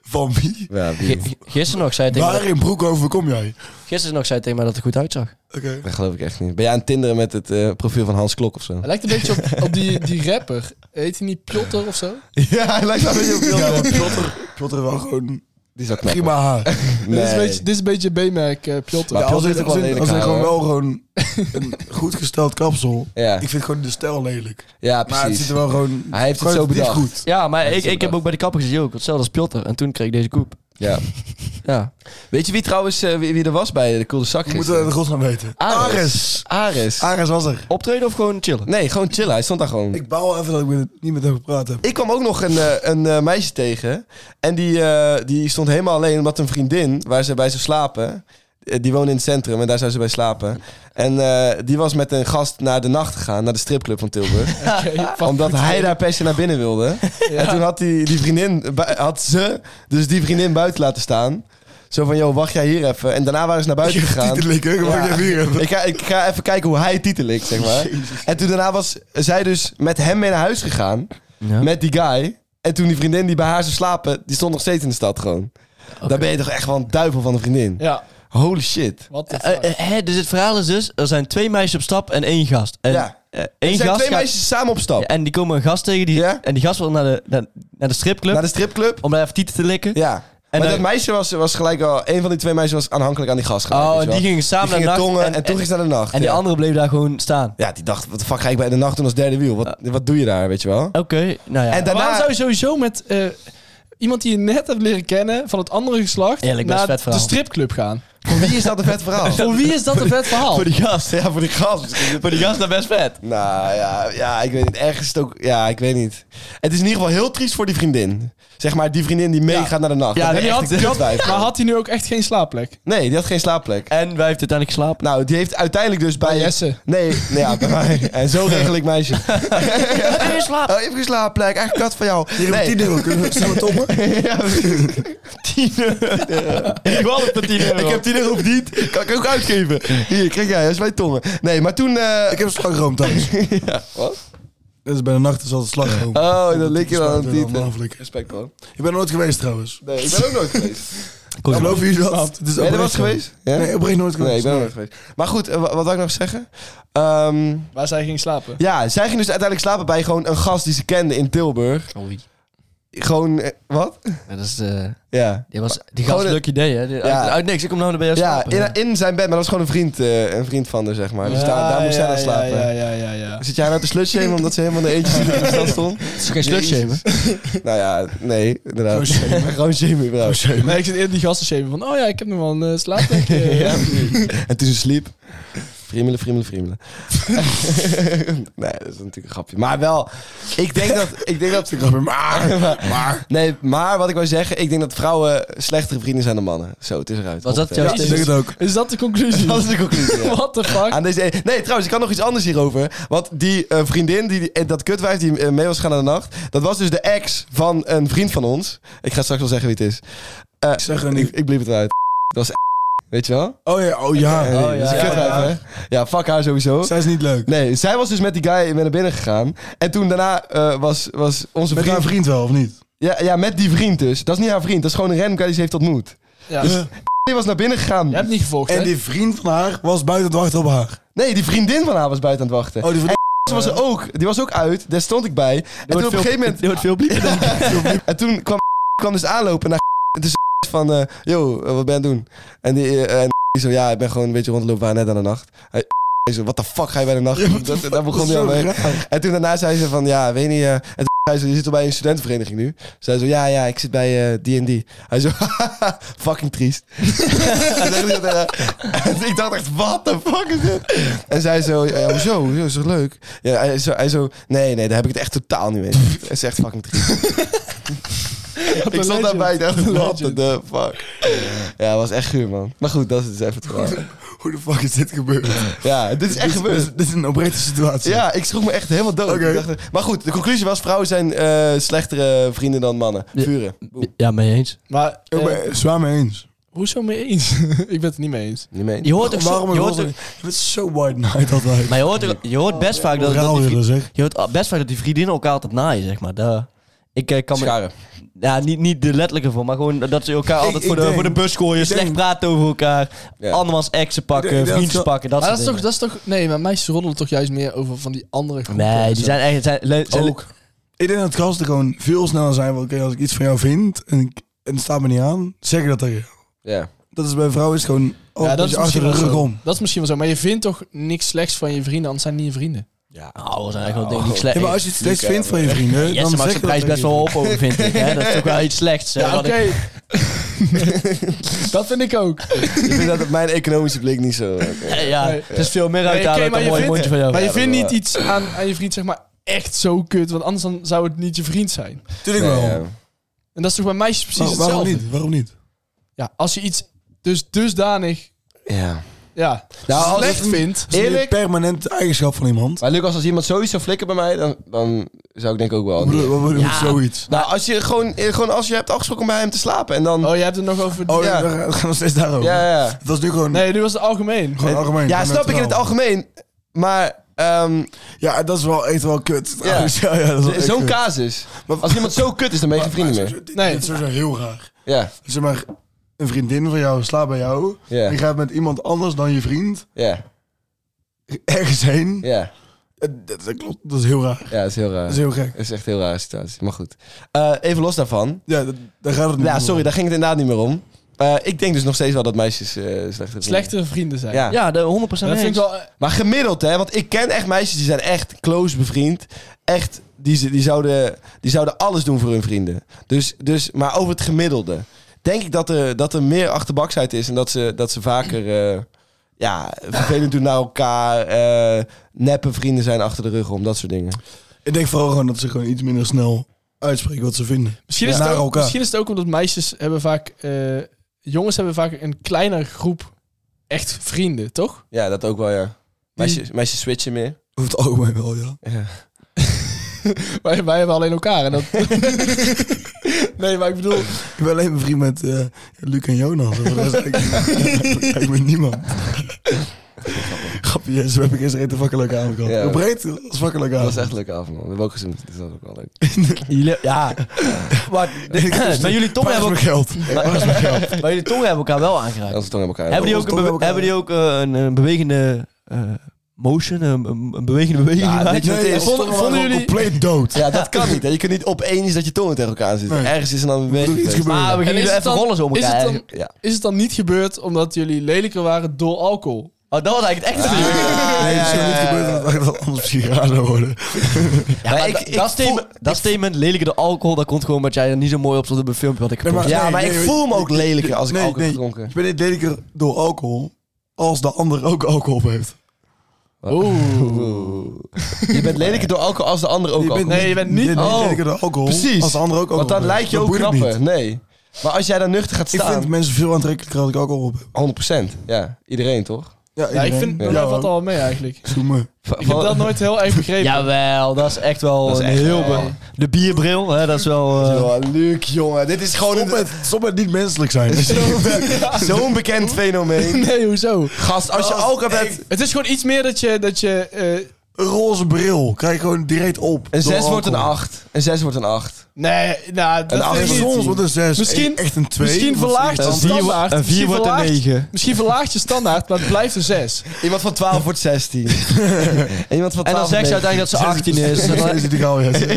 S3: Van wie?
S2: Ja, die-
S5: G- gisteren, nog zei hij tegen
S3: Waar
S5: mij,
S3: in Broekhoven kom jij?
S5: gisteren nog zei hij tegen mij dat het goed uitzag.
S3: Oké.
S2: dat geloof ik echt niet. Ben jij aan het tinderen met het eh, profiel van Hans Klok of zo?
S4: Hij lijkt een beetje op, op die, die rapper. Heet hij niet Pjotter of zo?
S2: Ja, hij lijkt wel een beetje op
S3: Ja,
S2: Wilder.
S3: maar Pjotter, Pjotter wel gewoon
S2: Die is wel knap.
S3: prima haar.
S2: Nee.
S4: Dit, is een beetje, dit is een beetje B-merk eh, Pjotter.
S2: Maar
S3: Ja,
S4: Ja,
S3: als
S2: Pjotter
S3: ik,
S2: heeft ook wel
S3: als ik,
S2: lelijk
S3: als ik
S2: haar,
S3: gewoon
S2: hoor.
S3: wel gewoon een goed gesteld kapsel.
S2: Ja,
S3: Ik vind gewoon de stijl lelijk.
S2: ja,
S3: Maar het
S2: precies.
S3: zit er wel gewoon...
S2: Hij heeft het zo
S3: kwalitatief
S2: bedacht.
S3: goed.
S5: Ja, maar ik, ik heb ook bij de kapper gezien, joh, ik word hetzelfde als Pjotter. En toen kreeg ik deze koep.
S2: Ja.
S5: Ja.
S2: Weet je wie trouwens eh, wie, wie er was bij de Coole Zak
S3: We moeten er de godsnaam weten.
S2: Ares. Ares.
S3: Ares was er.
S5: Optreden of gewoon chillen?
S2: Nee, gewoon chillen. Hij stond daar gewoon. Ik,
S3: Ik baal even dat ik met- niet met hem gepraat heb.
S2: kwam ook nog een, eh, een eh, meisje tegen. En die, eh, die stond helemaal alleen omdat een vriendin waar ze bij zou slapen... eh, Die woonde in het centrum en daar zou ze bij slapen. En eh, die was met een gast naar de nacht gegaan, naar de stripclub van Tilburg. omdat hij daar per se naar binnen wilde. En toen had die, die vriendin, bu- had ze dus die vriendin buiten laten staan. Zo van, joh, wacht jij hier even. En daarna waren ze naar buiten gegaan.
S3: Titelijk, hè? Mag ik even hier hebben?
S2: Ik ga, ik ga even kijken hoe hij titel likt, zeg maar. En toen daarna was zij dus met hem mee naar huis gegaan.
S5: Ja.
S2: Met die guy. En toen die vriendin die bij haar zou slapen, die stond nog steeds in de stad gewoon. Daar ben je toch echt wel een duivel van een vriendin.
S4: ja.
S2: Holy shit.
S4: wat de
S5: Eh,
S4: fuck.
S5: eh, hè, dus het verhaal is dus, er zijn twee meisjes op stap en één gast. En,
S2: Ja.
S5: eh,
S2: Er
S5: één
S2: zijn
S5: gast
S2: twee
S5: gaat-
S2: meisjes samen op stap.
S5: Ja, en die komen een gast tegen die,
S2: Ja.
S5: en die gast wil naar de, naar, naar de stripclub
S2: Naar de stripclub.
S5: om daar even tieten te likken.
S2: Ja.
S5: Oh. En
S2: maar
S5: dan-
S2: dat meisje was, was gelijk al... Een van die twee meisjes was aanhankelijk aan die gast gelijk,
S5: Oh,
S2: weet
S5: en
S2: je
S5: die
S2: wel.
S5: gingen samen
S2: Die
S5: naar
S2: gingen
S5: de nacht.
S2: tongen en, toen ging ze naar de nacht.
S5: en die
S2: ja.
S5: andere bleef daar gewoon staan.
S2: Ja, die dacht, wat de fuck ga ik bij de nacht doen als derde wiel? Wat, wat doe je daar, weet je wel?
S5: Oké, nou ja.
S2: En daarna-
S4: Waarom zou je sowieso met eh, iemand die je net hebt leren kennen van het andere geslacht
S5: Eerlijk, best
S4: naar
S5: vet
S4: de
S5: verhaal.
S4: stripclub gaan?
S2: Voor wie is dat een vet verhaal?
S4: Voor wie is dat een vet verhaal?
S5: die gast.
S2: Ja, voor die gast.
S5: Voor die gast dat best vet.
S2: Nou ja, ja, ik weet niet. Ergens is het ook. Ja, ik weet niet. Het is in ieder geval heel triest voor die vriendin. Zeg maar, die vriendin die meegaat naar de nacht.
S4: Ja,
S2: Daar
S4: die
S2: ben ik
S4: had,
S2: echt een
S4: die had-
S2: kutwijf van.
S4: maar had hij nu ook echt geen slaapplek?
S2: Nee, die had geen slaapplek.
S5: En wij heeft uiteindelijk geslapen.
S2: Nou, die heeft uiteindelijk dus bij.
S4: Bij Jesse.
S2: Nee, nou ja, bij mij. En zo regel ik meisje.
S5: Nou,
S2: Oh, je hebt geen slaapplek. Echt kat van jou.
S3: Hier hebben
S2: Nee.
S3: we 10 euro. Kunnen we samen toppen?
S2: Ja, precies. 10 euro.
S5: Ik wil het met 10 euro.
S2: Ik heb 10 euro verdiend. Kan ik ook uitgeven. Hier, krijg jij. Dat is mijn tongen. Nee, maar toen... eh,
S3: Ik heb slagroom thuis.
S2: ja, wat?
S3: Dat is Dus bij de nacht is altijd slagroom.
S2: Oh, dat lik je wel aan
S3: Smaakt
S2: het
S3: weer
S2: tieten.
S3: onafelijk.
S2: Respect, man.
S3: Ik ben er nooit geweest trouwens.
S2: Nee, ik ben ook nooit geweest.
S3: Ik geloof je dat? Het is
S2: Ben je
S3: oprecht
S2: er wel eens
S3: zo.
S2: geweest? Ja?
S3: Nee, oprecht nooit geweest.
S2: Nee, ik ben er nooit geweest. Maar goed, eh, wa- wat wil ik nog zeggen? Ehm,
S4: Waar zij ging slapen.
S2: ja, zij ging dus uiteindelijk slapen bij gewoon een gast die ze kende in Tilburg. Gewoon, eh, wat?
S5: Ja, dat is, eh,
S2: Ja.
S5: die was, die
S2: Gewoon
S5: gast
S2: een-
S5: leuk idee, hè? Die-
S2: Ja.
S5: uit, uit niks, ik kom nou naar bij jou
S2: Ja,
S5: slapen.
S2: in, in zijn bed, maar dat is gewoon een vriend, eh, een vriend van haar, zeg maar. Dus daar, daar moest zij dan slapen.
S4: Ja, ja, ja, ja.
S2: Zit jij nou te slutshamen omdat ze helemaal in de eentje in de stad stond?
S5: Het is geen slutshamen.
S2: Nou ja, nee, inderdaad. Gewoon shamen, bro.
S4: Nee, ik zit eerder die gasten shamen van, oh ja, ik heb nog wel een eh, slaapplek. eh.
S2: Ja, en toen ze sliep. Friemelen, friemelen, friemelen. nee, dat is natuurlijk een grapje. Maar wel, ik denk dat... Ik denk dat
S3: Maar, maar.
S2: nee, maar wat ik wil zeggen, ik denk dat vrouwen slechtere vrienden zijn dan mannen. Zo, het is eruit.
S5: Was dat
S2: Opgetel.
S5: jouw
S3: Ik denk het ook.
S4: Is dat de conclusie?
S2: Dat is de conclusie, ja.
S4: What the fuck?
S2: Aan deze, nee, trouwens, ik kan nog iets anders hierover. Want die eh, vriendin, die, die- eh, dat kutwijf die eh, mee was gaan naar de nacht... dat was dus de ex van een vriend van ons. Ik ga straks wel zeggen wie het is. Eh,
S3: Ik zeg er
S2: ik,
S3: niet.
S2: ik bliep het uit. Dat was Weet je wel?
S3: Oh ja, oh ja.
S2: Eh, dat is een
S5: ja,
S2: kutwijf,
S5: ja.
S2: hè? Ja, fuck haar sowieso.
S3: Zij is niet leuk.
S2: Nee, zij was dus met die guy naar binnen gegaan. En toen daarna eh, was, was onze
S3: Met
S2: vriend...
S3: haar vriend wel, of niet?
S2: Ja, ja, met die vriend dus. Dat is niet haar vriend. Dat is gewoon een random guy die ze heeft ontmoet.
S4: Ja.
S2: Die was naar binnen gegaan.
S4: Je hebt niet gevolgd,
S3: Dus- En
S4: hè?
S3: die vriend van haar was buiten het wachten op haar.
S2: Nee, die vriendin van haar was buiten aan het wachten.
S3: Oh, die vriend.
S2: Ze was er ook. Die was ook uit. Daar stond ik bij. En toen op een gegeven moment...
S5: wordt veel bliepen.
S2: En toen kwam, kwam dus aanlopen naar en toen zei van... eh, Yo, eh, wat ben je aan het doen? En die, eh, en die zo... Ja, ik ben gewoon een beetje rondlopen. We waren net aan de nacht. Hij hij zo... Wat de fuck ga je bij de nacht doen? Dat- daar begon hij al mee. En toen daarna zei ze van, ja, weet niet... eh, en toen zei ze, je zit al bij een studentenvereniging nu? Zei zo, ja, ja, ik zit bij eh, die en die. Hij zo, haha, fucking triest. Hij zegt niet dat, eh, en ik dacht echt, wat de fuck is dit? En zij zo, ja, hoezo, hoezo, is toch leuk? Ja, hij, zo, hij zo, nee, nee, daar heb ik het echt totaal niet mee. Het is echt fucking triest. ik
S4: een
S2: stond
S4: legend.
S2: daarbij, ik dacht,
S4: Wat
S2: what
S4: een
S2: the fuck? Ja, het was echt guur, man. Maar goed, dat is dus even het verhaal.
S3: Hoe de fuck is dit gebeurd?
S2: Ja, dit is echt
S3: Dit
S2: gebeurd.
S3: is- Dit is een oprechte situatie.
S2: Ja, ik schrok me echt helemaal dood.
S3: Oké.
S2: Ik dacht, maar goed, de conclusie was: vrouwen zijn eh, slechtere vrienden dan mannen.
S5: Ja.
S2: Vuren.
S5: Ja, mee eens.
S4: Maar, eh,
S3: Ik ben het zwaar mee eens.
S4: hoezo mee eens? ik ben het niet mee eens.
S2: Niet mee.
S5: Je hoort ook, zo,
S3: Waarom
S5: je
S3: een
S5: hoort
S3: roze-
S5: ook-
S3: Je bent zo white night altijd.
S5: maar je hoort, ook- je hoort best vaak dat, dat
S3: Raal
S5: die,
S3: willen
S5: vri-
S3: zeg.
S5: je hoort best vaak dat die vriendinnen elkaar altijd naaien, zeg maar. Daar- ik eh, kan me- ja, niet, niet de letterlijke voor, maar gewoon dat ze elkaar altijd
S3: ik
S5: voor, de,
S3: denk-
S5: voor de bus gooien,
S3: ik
S5: slecht
S3: denk-
S5: praten over elkaar,
S2: Ja.
S5: andermans exen
S3: Ik
S5: pakken,
S3: denk dat
S5: vriendjes
S3: zo-
S5: pakken, dat
S4: maar dat
S5: soort
S4: is, toch,
S5: dingen.
S4: dat is toch... Nee, maar meisjes roddelen toch juist meer over van die andere groepen.
S5: Nee,
S4: en
S5: die
S4: zo.
S5: zijn echt... Zijn, le- zijn le-
S3: Ook. Ik denk dat gasten gewoon veel sneller zijn. Want oké, als ik iets van jou vind en, ik, en het staat me niet aan, zeg ik dat tegen jou.
S2: Ja.
S3: Dat is bij vrouwen is gewoon oh,
S4: Ja, dat is,
S3: je
S4: misschien
S3: achter de
S4: wel
S3: rug
S4: zo.
S3: om.
S4: dat is misschien wel zo. Maar je vindt toch niks slechts van je vrienden, anders zijn het niet je vrienden.
S5: Ja, nou, dat zijn echt wel dingen die ik
S3: Ja,
S5: slecht...
S3: maar als je het steeds
S2: Luca,
S3: vindt van je vrienden,
S5: Jesse
S3: dan
S5: maakt
S3: zeg je
S5: zijn prijs
S3: dat
S5: best
S3: tegen
S5: wel op over, vind ik. Hè? Dat is toch wel iets slechts. hè,
S4: Ja,
S5: wat
S4: oké.
S5: ik-
S4: dat vind ik ook.
S2: Ik vind dat op mijn economische blik niet zo. eh, oké.
S5: Ja,
S4: Nee.
S5: het is veel meer uit
S4: Nee,
S5: aan
S4: oké,
S5: uit
S4: maar
S5: een
S4: je
S5: mooi
S4: vindt-
S5: mondje van jou.
S4: Maar je
S2: dat
S4: vindt
S2: wel.
S4: niet iets aan, aan je vriend, zeg maar, echt zo kut. Want anders dan zou het niet je vriend zijn.
S3: jou. Tuurlijk
S2: Nee,
S3: wel.
S2: ja.
S4: En dat is toch bij meisjes precies
S3: Maar waarom
S4: hetzelfde.
S3: niet? Waarom niet?
S4: Ja, als je iets dus dusdanig
S2: Ja.
S4: ja,
S2: Nou, als
S4: slecht
S2: het-
S4: vindt...
S3: Dat is
S2: Eerlijk?
S3: Eerlijk? een permanente eigenschap van iemand.
S2: Maar Lucas, als iemand sowieso flikken bij mij, dan, dan zou ik denk ik ook wel.
S3: Wat bedoel wat bedoel je met zoiets?
S2: Nou, als je gewoon, eh, gewoon als je hebt afgesproken bij hem te slapen en dan.
S4: Oh, je hebt het nog over...
S3: Oh,
S2: Ja.
S3: ja. we gaan nog steeds daarover.
S2: ja, ja.
S3: Het was nu gewoon,
S4: Nee, nu was het algemeen.
S3: gewoon algemeen.
S2: ja,
S3: gewoon
S2: snap ik in
S3: neutraal.
S2: het algemeen. Maar ehm,
S3: Ja, dat is wel echt wel kut.
S2: Ja.
S3: Ja, ja, dat is wel echt
S2: zo'n
S3: kut.
S2: casus. Als iemand zo kut is, dan ben je geen vrienden meer.
S4: Nee.
S3: Nee. Dat is sowieso heel raar.
S2: Ja,
S3: Zeg maar, een vriendin van jou slaapt bij jou.
S2: Ja.
S3: Die gaat met iemand anders dan je vriend
S2: ja,
S3: ergens heen.
S2: ja.
S3: Eh, Dat, dat klopt, dat is heel raar.
S2: Ja, dat is heel raar.
S3: Dat is heel gek.
S2: Dat is echt een heel rare situatie. Maar goed. Eh, even los daarvan.
S3: Ja, dat, daar gaat het niet
S2: Ja,
S3: om.
S2: sorry, daar ging het inderdaad niet meer om. Eh, ik denk dus nog steeds wel dat meisjes eh slechter doen.
S4: Slechtere vrienden zijn.
S2: Ja.
S5: Ja, de 100%
S4: En dat vind ik
S5: eens.
S4: wel... eh,
S2: Maar gemiddeld, hè. Want ik ken echt meisjes die zijn echt close bevriend. Echt, die, ze- die, zouden, die zouden alles doen voor hun vrienden. Dus, dus maar over het gemiddelde. Denk ik dat er, dat er meer achterbaksheid is. En dat ze, dat ze vaker... eh, ja, vervelend doen naar elkaar. eh neppe vrienden zijn achter de rug om. Dat soort dingen.
S3: Ik denk vooral gewoon dat ze gewoon iets minder snel uitspreken wat ze vinden.
S4: Misschien, is
S3: Ja.
S4: het
S3: Naar
S4: ook,
S3: elkaar.
S4: misschien is het ook omdat meisjes hebben vaak... eh, jongens hebben vaak een kleinere groep echt vrienden, toch?
S2: Ja, dat ook wel, ja. Meisjes, meisjes switchen meer.
S3: Over het algemeen wel, ja.
S2: Ja.
S4: Wij, wij hebben alleen elkaar. En dat... nee, maar ik bedoel...
S3: Ik ben alleen bevriend met eh Luc en Jonas. Voor de rest eigenlijk- eigenlijk met niemand. grapje. Jezus, heb ik eens reed een fucking leuke avond gehad.
S2: Ja.
S3: Hoe breed? Dat is fucking leuke
S2: Dat
S3: avond.
S2: was echt een leuke avond, man. We hebben ook gezoend. Dus dat was ook wel leuk.
S5: Jullie- Ja. Maar, dit- maar jullie tong
S3: Waar is
S5: hebben
S3: mijn
S5: elkaar,
S3: geld? Waar is mijn geld?
S5: maar jullie tongen hebben elkaar wel aangeraakt.
S2: Ja, ze tongen elkaar.
S5: hebben die ook,
S3: onze
S5: een,
S3: tongen
S5: bewe-
S3: hebben
S5: hebben die ook eh, een, een bewegende eh, motion, een, een- een bewegende beweging
S2: Ja,
S5: gemaakt?
S3: Nee,
S2: dit- Vonden-
S3: onze tongen waren
S2: vonden
S3: gewoon
S2: jullie-
S3: compleet dood.
S2: Ja, dat kan niet. Hè. Je kunt niet opeens dat je tongen tegen elkaar zitten.
S3: Nee.
S2: Ergens is er dan een
S3: Er moet
S2: beetje
S3: iets
S2: feest.
S3: gebeuren.
S5: maar we
S4: En
S5: gingen
S4: is
S5: er
S4: het
S5: even
S4: dan-
S5: rollen zo om
S4: is het
S5: elkaar.
S4: dan-
S5: eigenlijk.
S2: Ja.
S4: Is het dan niet gebeurd omdat jullie lelijker waren door alcohol?
S5: Oh, dat was eigenlijk het echte natuurlijk.
S3: Ah, Nee, het is gewoon niet gebeurd. Dat- Dat anders misschien raar zou worden.
S5: Ja, maar
S2: ik-
S5: da-
S2: ik
S5: dat, statement,
S2: voel-
S5: dat statement, lelijker de alcohol, dat komt gewoon omdat jij er niet zo mooi op stond op een filmpje wat ik heb
S3: maar-
S5: gezien.
S2: Ja,
S3: Nee,
S2: maar
S3: nee,
S2: ik
S3: nee,
S2: voel me
S3: nee,
S2: ook lelijker als ik
S3: nee,
S2: alcohol
S3: nee.
S2: heb gedronken.
S3: Ik ben niet lelijker door alcohol als de ander ook alcohol op heeft.
S2: Oeh. Je bent lelijker door alcohol als de ander ook
S3: Je bent
S2: alcohol.
S4: Nee, je bent niet-
S3: Je bent
S2: Oh,
S3: lelijker door alcohol
S2: Precies.
S3: als de ander ook alcohol
S2: Want dan
S3: heeft.
S2: lijkt je
S3: Dat
S2: ook
S3: boeit het
S2: knapper.
S3: niet.
S2: Nee. Maar als jij daar nuchter gaat
S3: Ik
S2: staan...
S3: vind mensen veel aantrekkelijker als ik alcohol op heb.
S2: 100%. Ja, iedereen toch?
S4: Ja, ik vind
S2: Ja.
S4: dat valt al wel mee eigenlijk.
S3: Zoemen.
S4: Ik heb dat nooit heel erg begrepen.
S5: Jawel, dat is echt wel
S2: Dat is
S5: een
S2: echt
S5: heel...
S2: wel-
S5: be- de bierbril, hè, dat is wel... eh,
S2: Oh, Luc, jongen. Oh, Dit is gewoon
S3: Stop met, stop met niet menselijk zijn.
S2: zo'n bekend fenomeen.
S4: Nee, hoezo?
S2: Gast, als je alcohol hebt...
S4: Het is gewoon iets meer dat je... Dat je eh,
S3: Een roze bril. Krijg je gewoon direct op.
S2: Een
S3: door
S2: 6 wordt een
S3: alcohol.
S2: 8. Een 6 wordt een 8.
S4: nee, nou,
S2: Een
S4: dat
S3: Nee,
S4: is
S3: maar
S4: niet.
S3: soms wordt een 6.
S4: Misschien-
S3: echt een 2.
S4: Misschien verlaagt je
S5: Een vier-
S4: standaard.
S5: een vier
S4: misschien
S5: wordt een
S4: verlaagt-
S5: negen.
S4: Misschien verlaagt je standaard, maar het blijft een 6.
S2: Iemand van 12 wordt 16. en iemand van 12
S5: en dan zegt
S2: wordt
S5: ze uiteindelijk dat ze 18 is. En dan-
S3: Steeds illegaal, Jesse.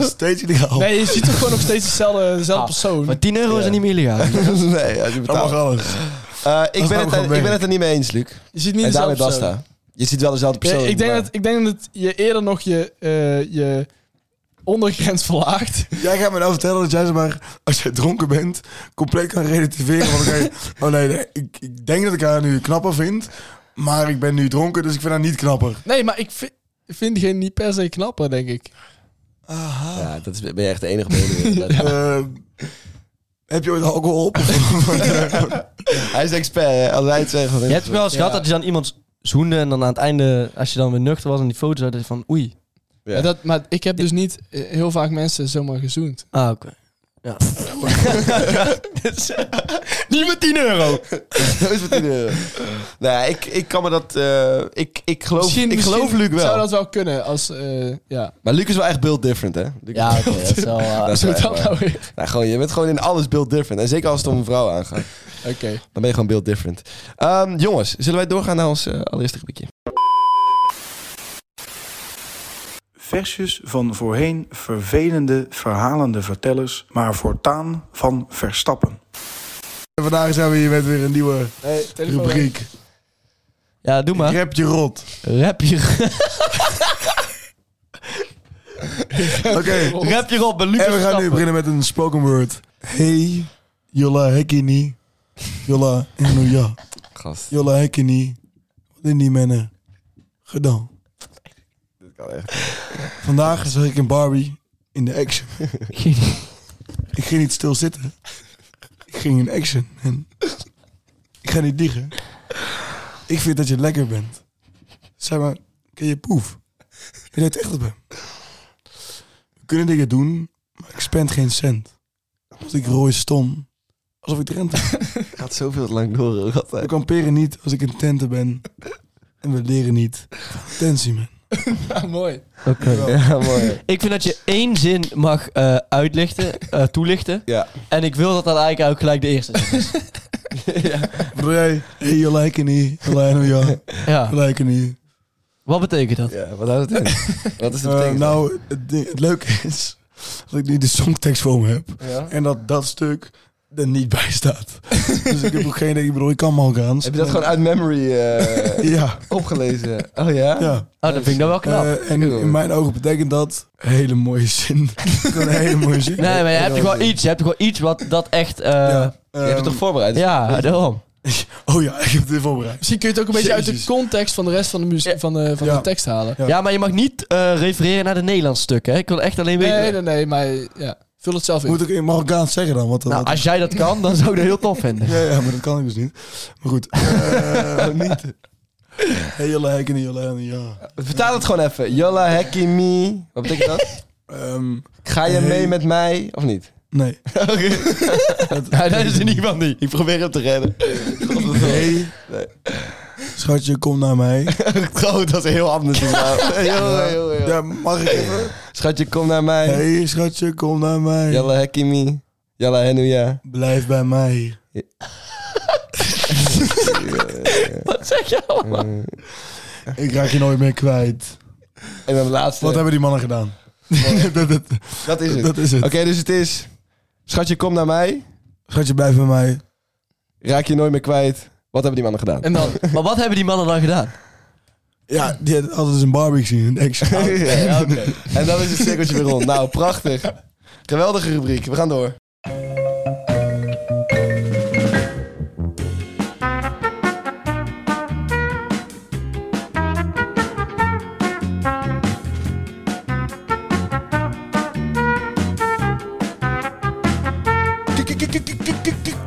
S3: Steeds illegaal.
S4: Nee, je ziet toch gewoon nog steeds dezelfde, dezelfde
S5: Ah,
S4: persoon.
S5: Maar 10 euro is
S2: Ja.
S5: er niet meer illegaal.
S2: 19. nee, als je
S3: Dat mag
S2: betaalt.
S3: alles.
S2: Eh, ik,
S3: is
S2: ben
S3: nou
S2: het,
S3: gewoon
S2: ik
S3: werk.
S2: ben het er niet mee eens, Luc.
S4: je ziet niet
S2: en daarmee
S4: dezelfde persoon.
S2: basta. Je ziet wel dezelfde
S4: Ja,
S2: persoon.
S4: ik, denk
S2: maar-
S4: dat, ik denk dat je eerder nog je, eh, je ondergrens verlaagt.
S3: Jij gaat me nou vertellen dat jij zeg maar, als jij dronken bent, compleet kan relativeren. Want dan ga je- oh nee, nee, ik, ik denk dat ik haar nu knapper vind, maar ik ben nu dronken, dus ik vind haar niet knapper.
S4: Nee, maar ik vind, ik vind diegene niet per se knapper, denk ik.
S2: Ja, dat is, ben je echt de enige op de hele wereld.
S3: Eh, heb je ooit alcohol op?
S2: Hij is de expert, hè. Als hij het zegt... dan-
S5: Je hebt wel eens gehad
S4: Ja.
S5: dat je dan iemand zoende en dan aan het einde, als je dan weer nuchter was en die foto zag, dat je van oei.
S2: Ja.
S4: Maar, dat, maar ik heb dus niet eh, heel vaak mensen zomaar gezoend.
S5: Ah, oké. Ja. niet met 10 euro.
S2: Dat is wat hij doet. Nou, ik, ik kan me dat... eh, ik, ik geloof, ik geloof Luc wel.
S4: zou dat wel kunnen als... eh, ja,
S2: Maar Luc is wel echt build different, hè? Luc
S5: Ja, oké. dat is wel... eh,
S2: Dat is
S4: zo
S2: wel echt
S4: dat
S2: waar.
S4: nou weer.
S2: Nou, gewoon, je bent gewoon in alles build different. En zeker als het om een vrouw aangaat.
S4: Oké.
S2: Dan ben je gewoon build different. Ehm, jongens, zullen wij doorgaan naar ons eh, allereerste gebiedje?
S6: Versjes van voorheen vervelende, verhalende vertellers, maar voortaan van verstappen.
S3: En vandaag zijn we hier met weer een nieuwe
S4: telefoon.
S3: rubriek.
S5: Ja, doe maar.
S3: Rap je rot.
S5: Rap je,
S3: Oké,
S5: rap je op, Luc.
S3: en we gaan nu beginnen met een spoken word. Hey, jolla hekini, jolla enuja,
S2: Gast.
S3: jolla hekini, wat in die mennen gedaan.
S2: Dit kan echt.
S3: Vandaag zag ik een Barbie in de action. ik ging niet stil zitten. Ik ging in action. En ik ga niet liegen. Ik vind dat je lekker bent. Zeg maar, ken je poef? Je deed echt op hem. We kunnen dingen doen, maar ik spend geen cent. Want ik rooi stom. Alsof ik rente.
S2: Het gaat zoveel te lang door, ook
S3: We
S2: altijd.
S3: kamperen niet als ik in tenten ben. En we leren niet. Tentie, man.
S4: Ah, mooi.
S2: Ja, mooi.
S5: Ik vind dat je één zin mag eh, uitlichten, eh, toelichten.
S2: Ja.
S5: En ik wil dat dan eigenlijk ook gelijk de eerste zin is.
S3: Bedoel jij? Hey, je lijken niet. Je lijken nou, ja.
S5: Ja.
S3: Je lijken niet.
S5: Wat betekent dat?
S2: ja, wat houdt het in? Wat is de
S3: Eh,
S2: betekenis?
S3: nou, het, ding- het leuke is dat ik nu de songtekst voor me heb. En dat dat stuk er niet bij staat. dus ik heb ook geen idee. Ik bedoel, ik kan Malgaans.
S2: Heb je dat gewoon uit memory eh,
S3: Ja,
S2: opgelezen? Oh ja?
S3: ja.
S5: Oh, dat vind ik dan wel
S2: Ah,
S5: knap.
S3: Eh, en in mijn ogen betekent dat een hele mooie zin. Gewoon een hele mooie zin.
S5: nee, maar je hebt gewoon iets. Je hebt gewoon iets wat dat echt... eh, ja.
S3: Ja,
S2: Je hebt het toch
S3: ehm,
S2: voorbereid?
S5: daarom.
S3: Oh ja, ik heb het weer voorbereid.
S4: Misschien kun je het ook een beetje uit de
S3: Jezus.
S4: context van de rest van de, muziek, van de, van
S3: Ja.
S4: de tekst halen.
S3: Ja.
S5: Ja, maar je mag niet eh, refereren naar de Nederlands stukken. Hè? Ik wil echt alleen weten...
S4: Nee, nee, nee, maar ja. Vul het zelf in.
S3: Moet ik in Malgaans zeggen dan? Wat,
S5: nou,
S3: wat-
S5: als jij dat kan, dan zou ik dat heel tof vinden.
S3: ja, ja, maar dat kan ik dus niet. Maar goed. Eh niet. Hey, jolle hekken, jolle hekken, ja.
S2: Vertaal het gewoon even. Yola Hekimi. Wat betekent dat?
S3: Ehm,
S2: Ga je mee met mij of niet?
S3: nee.
S5: Ja, dat is in ieder geval niet.
S2: Ik probeer hem te redden.
S3: Nee. Schatje, kom naar mij.
S2: Trouw, dat is heel anders. Ja. Yo, yo, yo.
S3: Ja, mag ik even?
S2: Schatje, kom naar mij.
S3: hey, schatje, kom naar mij.
S2: Jalla Hekimi. Jalla Henouya.
S3: Blijf bij mij.
S5: Wat zeg je allemaal?
S3: Ik raak je nooit meer kwijt.
S2: En dan de laatste.
S3: Wat hebben die mannen gedaan? dat, dat,
S2: dat is het.
S3: dat is het.
S2: Oké, dus het is... Schatje, kom naar mij.
S3: Schatje, blijf bij mij.
S2: Raak je nooit meer kwijt. Wat hebben die mannen gedaan?
S4: En dan,
S5: Maar wat hebben die mannen dan gedaan?
S3: Ja, die had altijd een Barbie gezien. Een ex.
S2: Ja, oké. En dan is het cirkeltje weer rond. Nou, prachtig. Geweldige rubriek. We gaan door.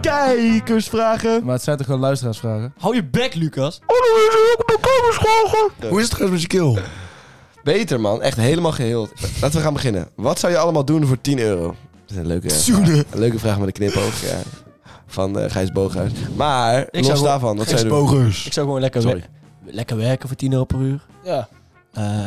S2: Kijkersvragen.
S4: maar het zijn toch gewoon luisteraarsvragen?
S5: Hou je bek, Lucas.
S3: Hoe is het trouwens met je keel?
S2: Beter man, echt helemaal geheeld. Laten we gaan beginnen. Wat zou je allemaal doen voor 10 euro? Dat is een leuke,
S3: Zoenen.
S2: een leuke vraag met een knipoog ja. van eh Gijs Booghuis. Maar
S5: Ik
S2: los
S5: zou-
S2: daarvan, wat zou je doen?
S3: Expogers.
S5: Ik zou gewoon lekker,
S2: Sorry.
S5: wer- lekker werken voor 10 euro per uur.
S4: Ja.
S5: Eh,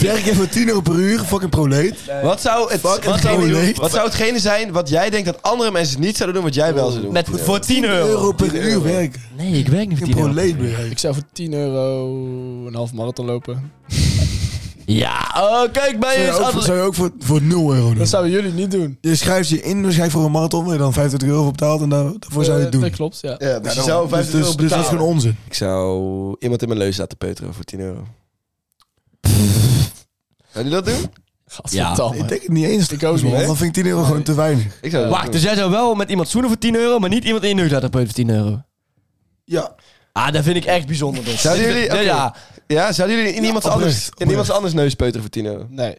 S3: Werk je voor 10 euro per uur? Fucking proleet.
S2: Wat zou, het, wat, zou
S3: geen idee.
S2: wat zou hetgene zijn wat jij denkt dat andere mensen niet zouden doen, wat jij wel zou doen?
S5: met,
S2: Tien
S5: voor 10 euro.
S3: euro per uur werken.
S5: Nee, ik werk niet
S3: Fucking
S5: voor 10 euro.
S3: proleet ben
S4: Ik
S3: jij.
S4: zou voor 10 euro een half marathon lopen.
S5: Ja, oh, kijk, bij
S3: Zou
S5: je
S3: je
S5: is
S3: ook, voor-
S5: Adel-
S3: zou je ook voor, voor 0 euro doen?
S4: Dat zouden jullie niet doen.
S3: Je schrijft je in, dan schrijf je voor een marathon, waar je dan 25 euro voor betaalt en daar- daarvoor zou je het
S4: Eh,
S3: doen.
S4: Dat klopt, ja.
S2: Ja, dus je zou
S3: dus,
S2: 50
S3: dus,
S2: euro
S3: dus dat is
S2: betalen.
S3: gewoon onzin.
S2: Ik zou iemand in mijn leus laten peuteren voor 10 euro. Zou je dat doen?
S4: Gadverdamme.
S3: Ik denk het niet eens.
S4: Oh, Ik ook niet.
S3: Want Dan vind ik 10 euro gewoon te weinig.
S2: Ik zou dat
S5: Wacht,
S2: doen.
S5: dus jij zou wel met iemand zoenen voor 10 euro, maar niet iemand in je neus laten peuten voor 10 euro.
S3: Ja.
S5: Ah, dat vind ik echt bijzonder. Dus.
S2: Zouden jullie-
S5: Ja, Ja,
S2: Ja, zouden jullie in, iemand
S3: oprecht,
S2: anders, in
S3: oprecht.
S2: iemand anders neus peuteren voor 10 euro?
S4: Nee.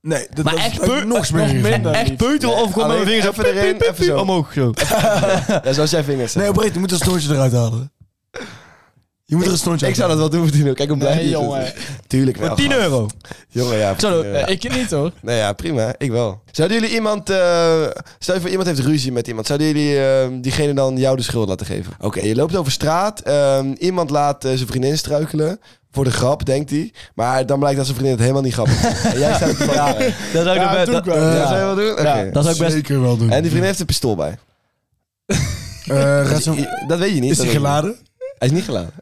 S3: Nee, dat,
S5: maar
S3: dat
S5: echt,
S3: is ook
S5: peu-
S3: nog smeriger.
S4: minder.
S5: echt peuteren of gewoon met
S2: Alleen
S5: mijn vingers
S2: even erin, even zo.
S5: omhoog. Zo.
S2: Ja, zoals jij vingers.
S3: Nee, oprecht, je moet een snoertje eruit halen. Je moet er een snoertje
S2: Ik
S3: uit
S2: zou dat wel doen voor 10 euro. Kijk hoe blij
S4: Nee,
S2: je doet.
S4: jongen.
S2: Tuurlijk wel.
S5: 10
S2: gast.
S5: euro.
S2: Jongen, ja. voor
S5: Zou dat-
S2: 10 euro.
S4: Nee, ik niet hoor.
S2: Nee, ja, prima. Ik wel. eh, Zouden jullie iemand... eh, stel je voor, iemand heeft ruzie met iemand. Zouden jullie eh, diegene dan jou de schuld laten geven? Oké, je loopt over straat. eh, iemand laat eh, zijn vriendin struikelen. Voor de grap, denkt hij. Maar dan blijkt dat zijn vriendin het helemaal niet grappig vond. En jij staat op de bank. Ja,
S5: Dat zou ik nog
S4: Ja,
S5: best-
S4: doe ik
S5: dat-
S4: wel.
S2: dat
S4: Ja.
S2: zou je wel doen? Oké.
S4: Ja.
S5: dat zou ik best...
S3: Zeker wel doen.
S2: En die vriendin heeft een pistool bij.
S3: Eh, gaat zo-
S2: Dat weet je niet.
S3: Is hij
S2: dat weet je niet.
S3: geladen?
S2: Hij is niet geladen.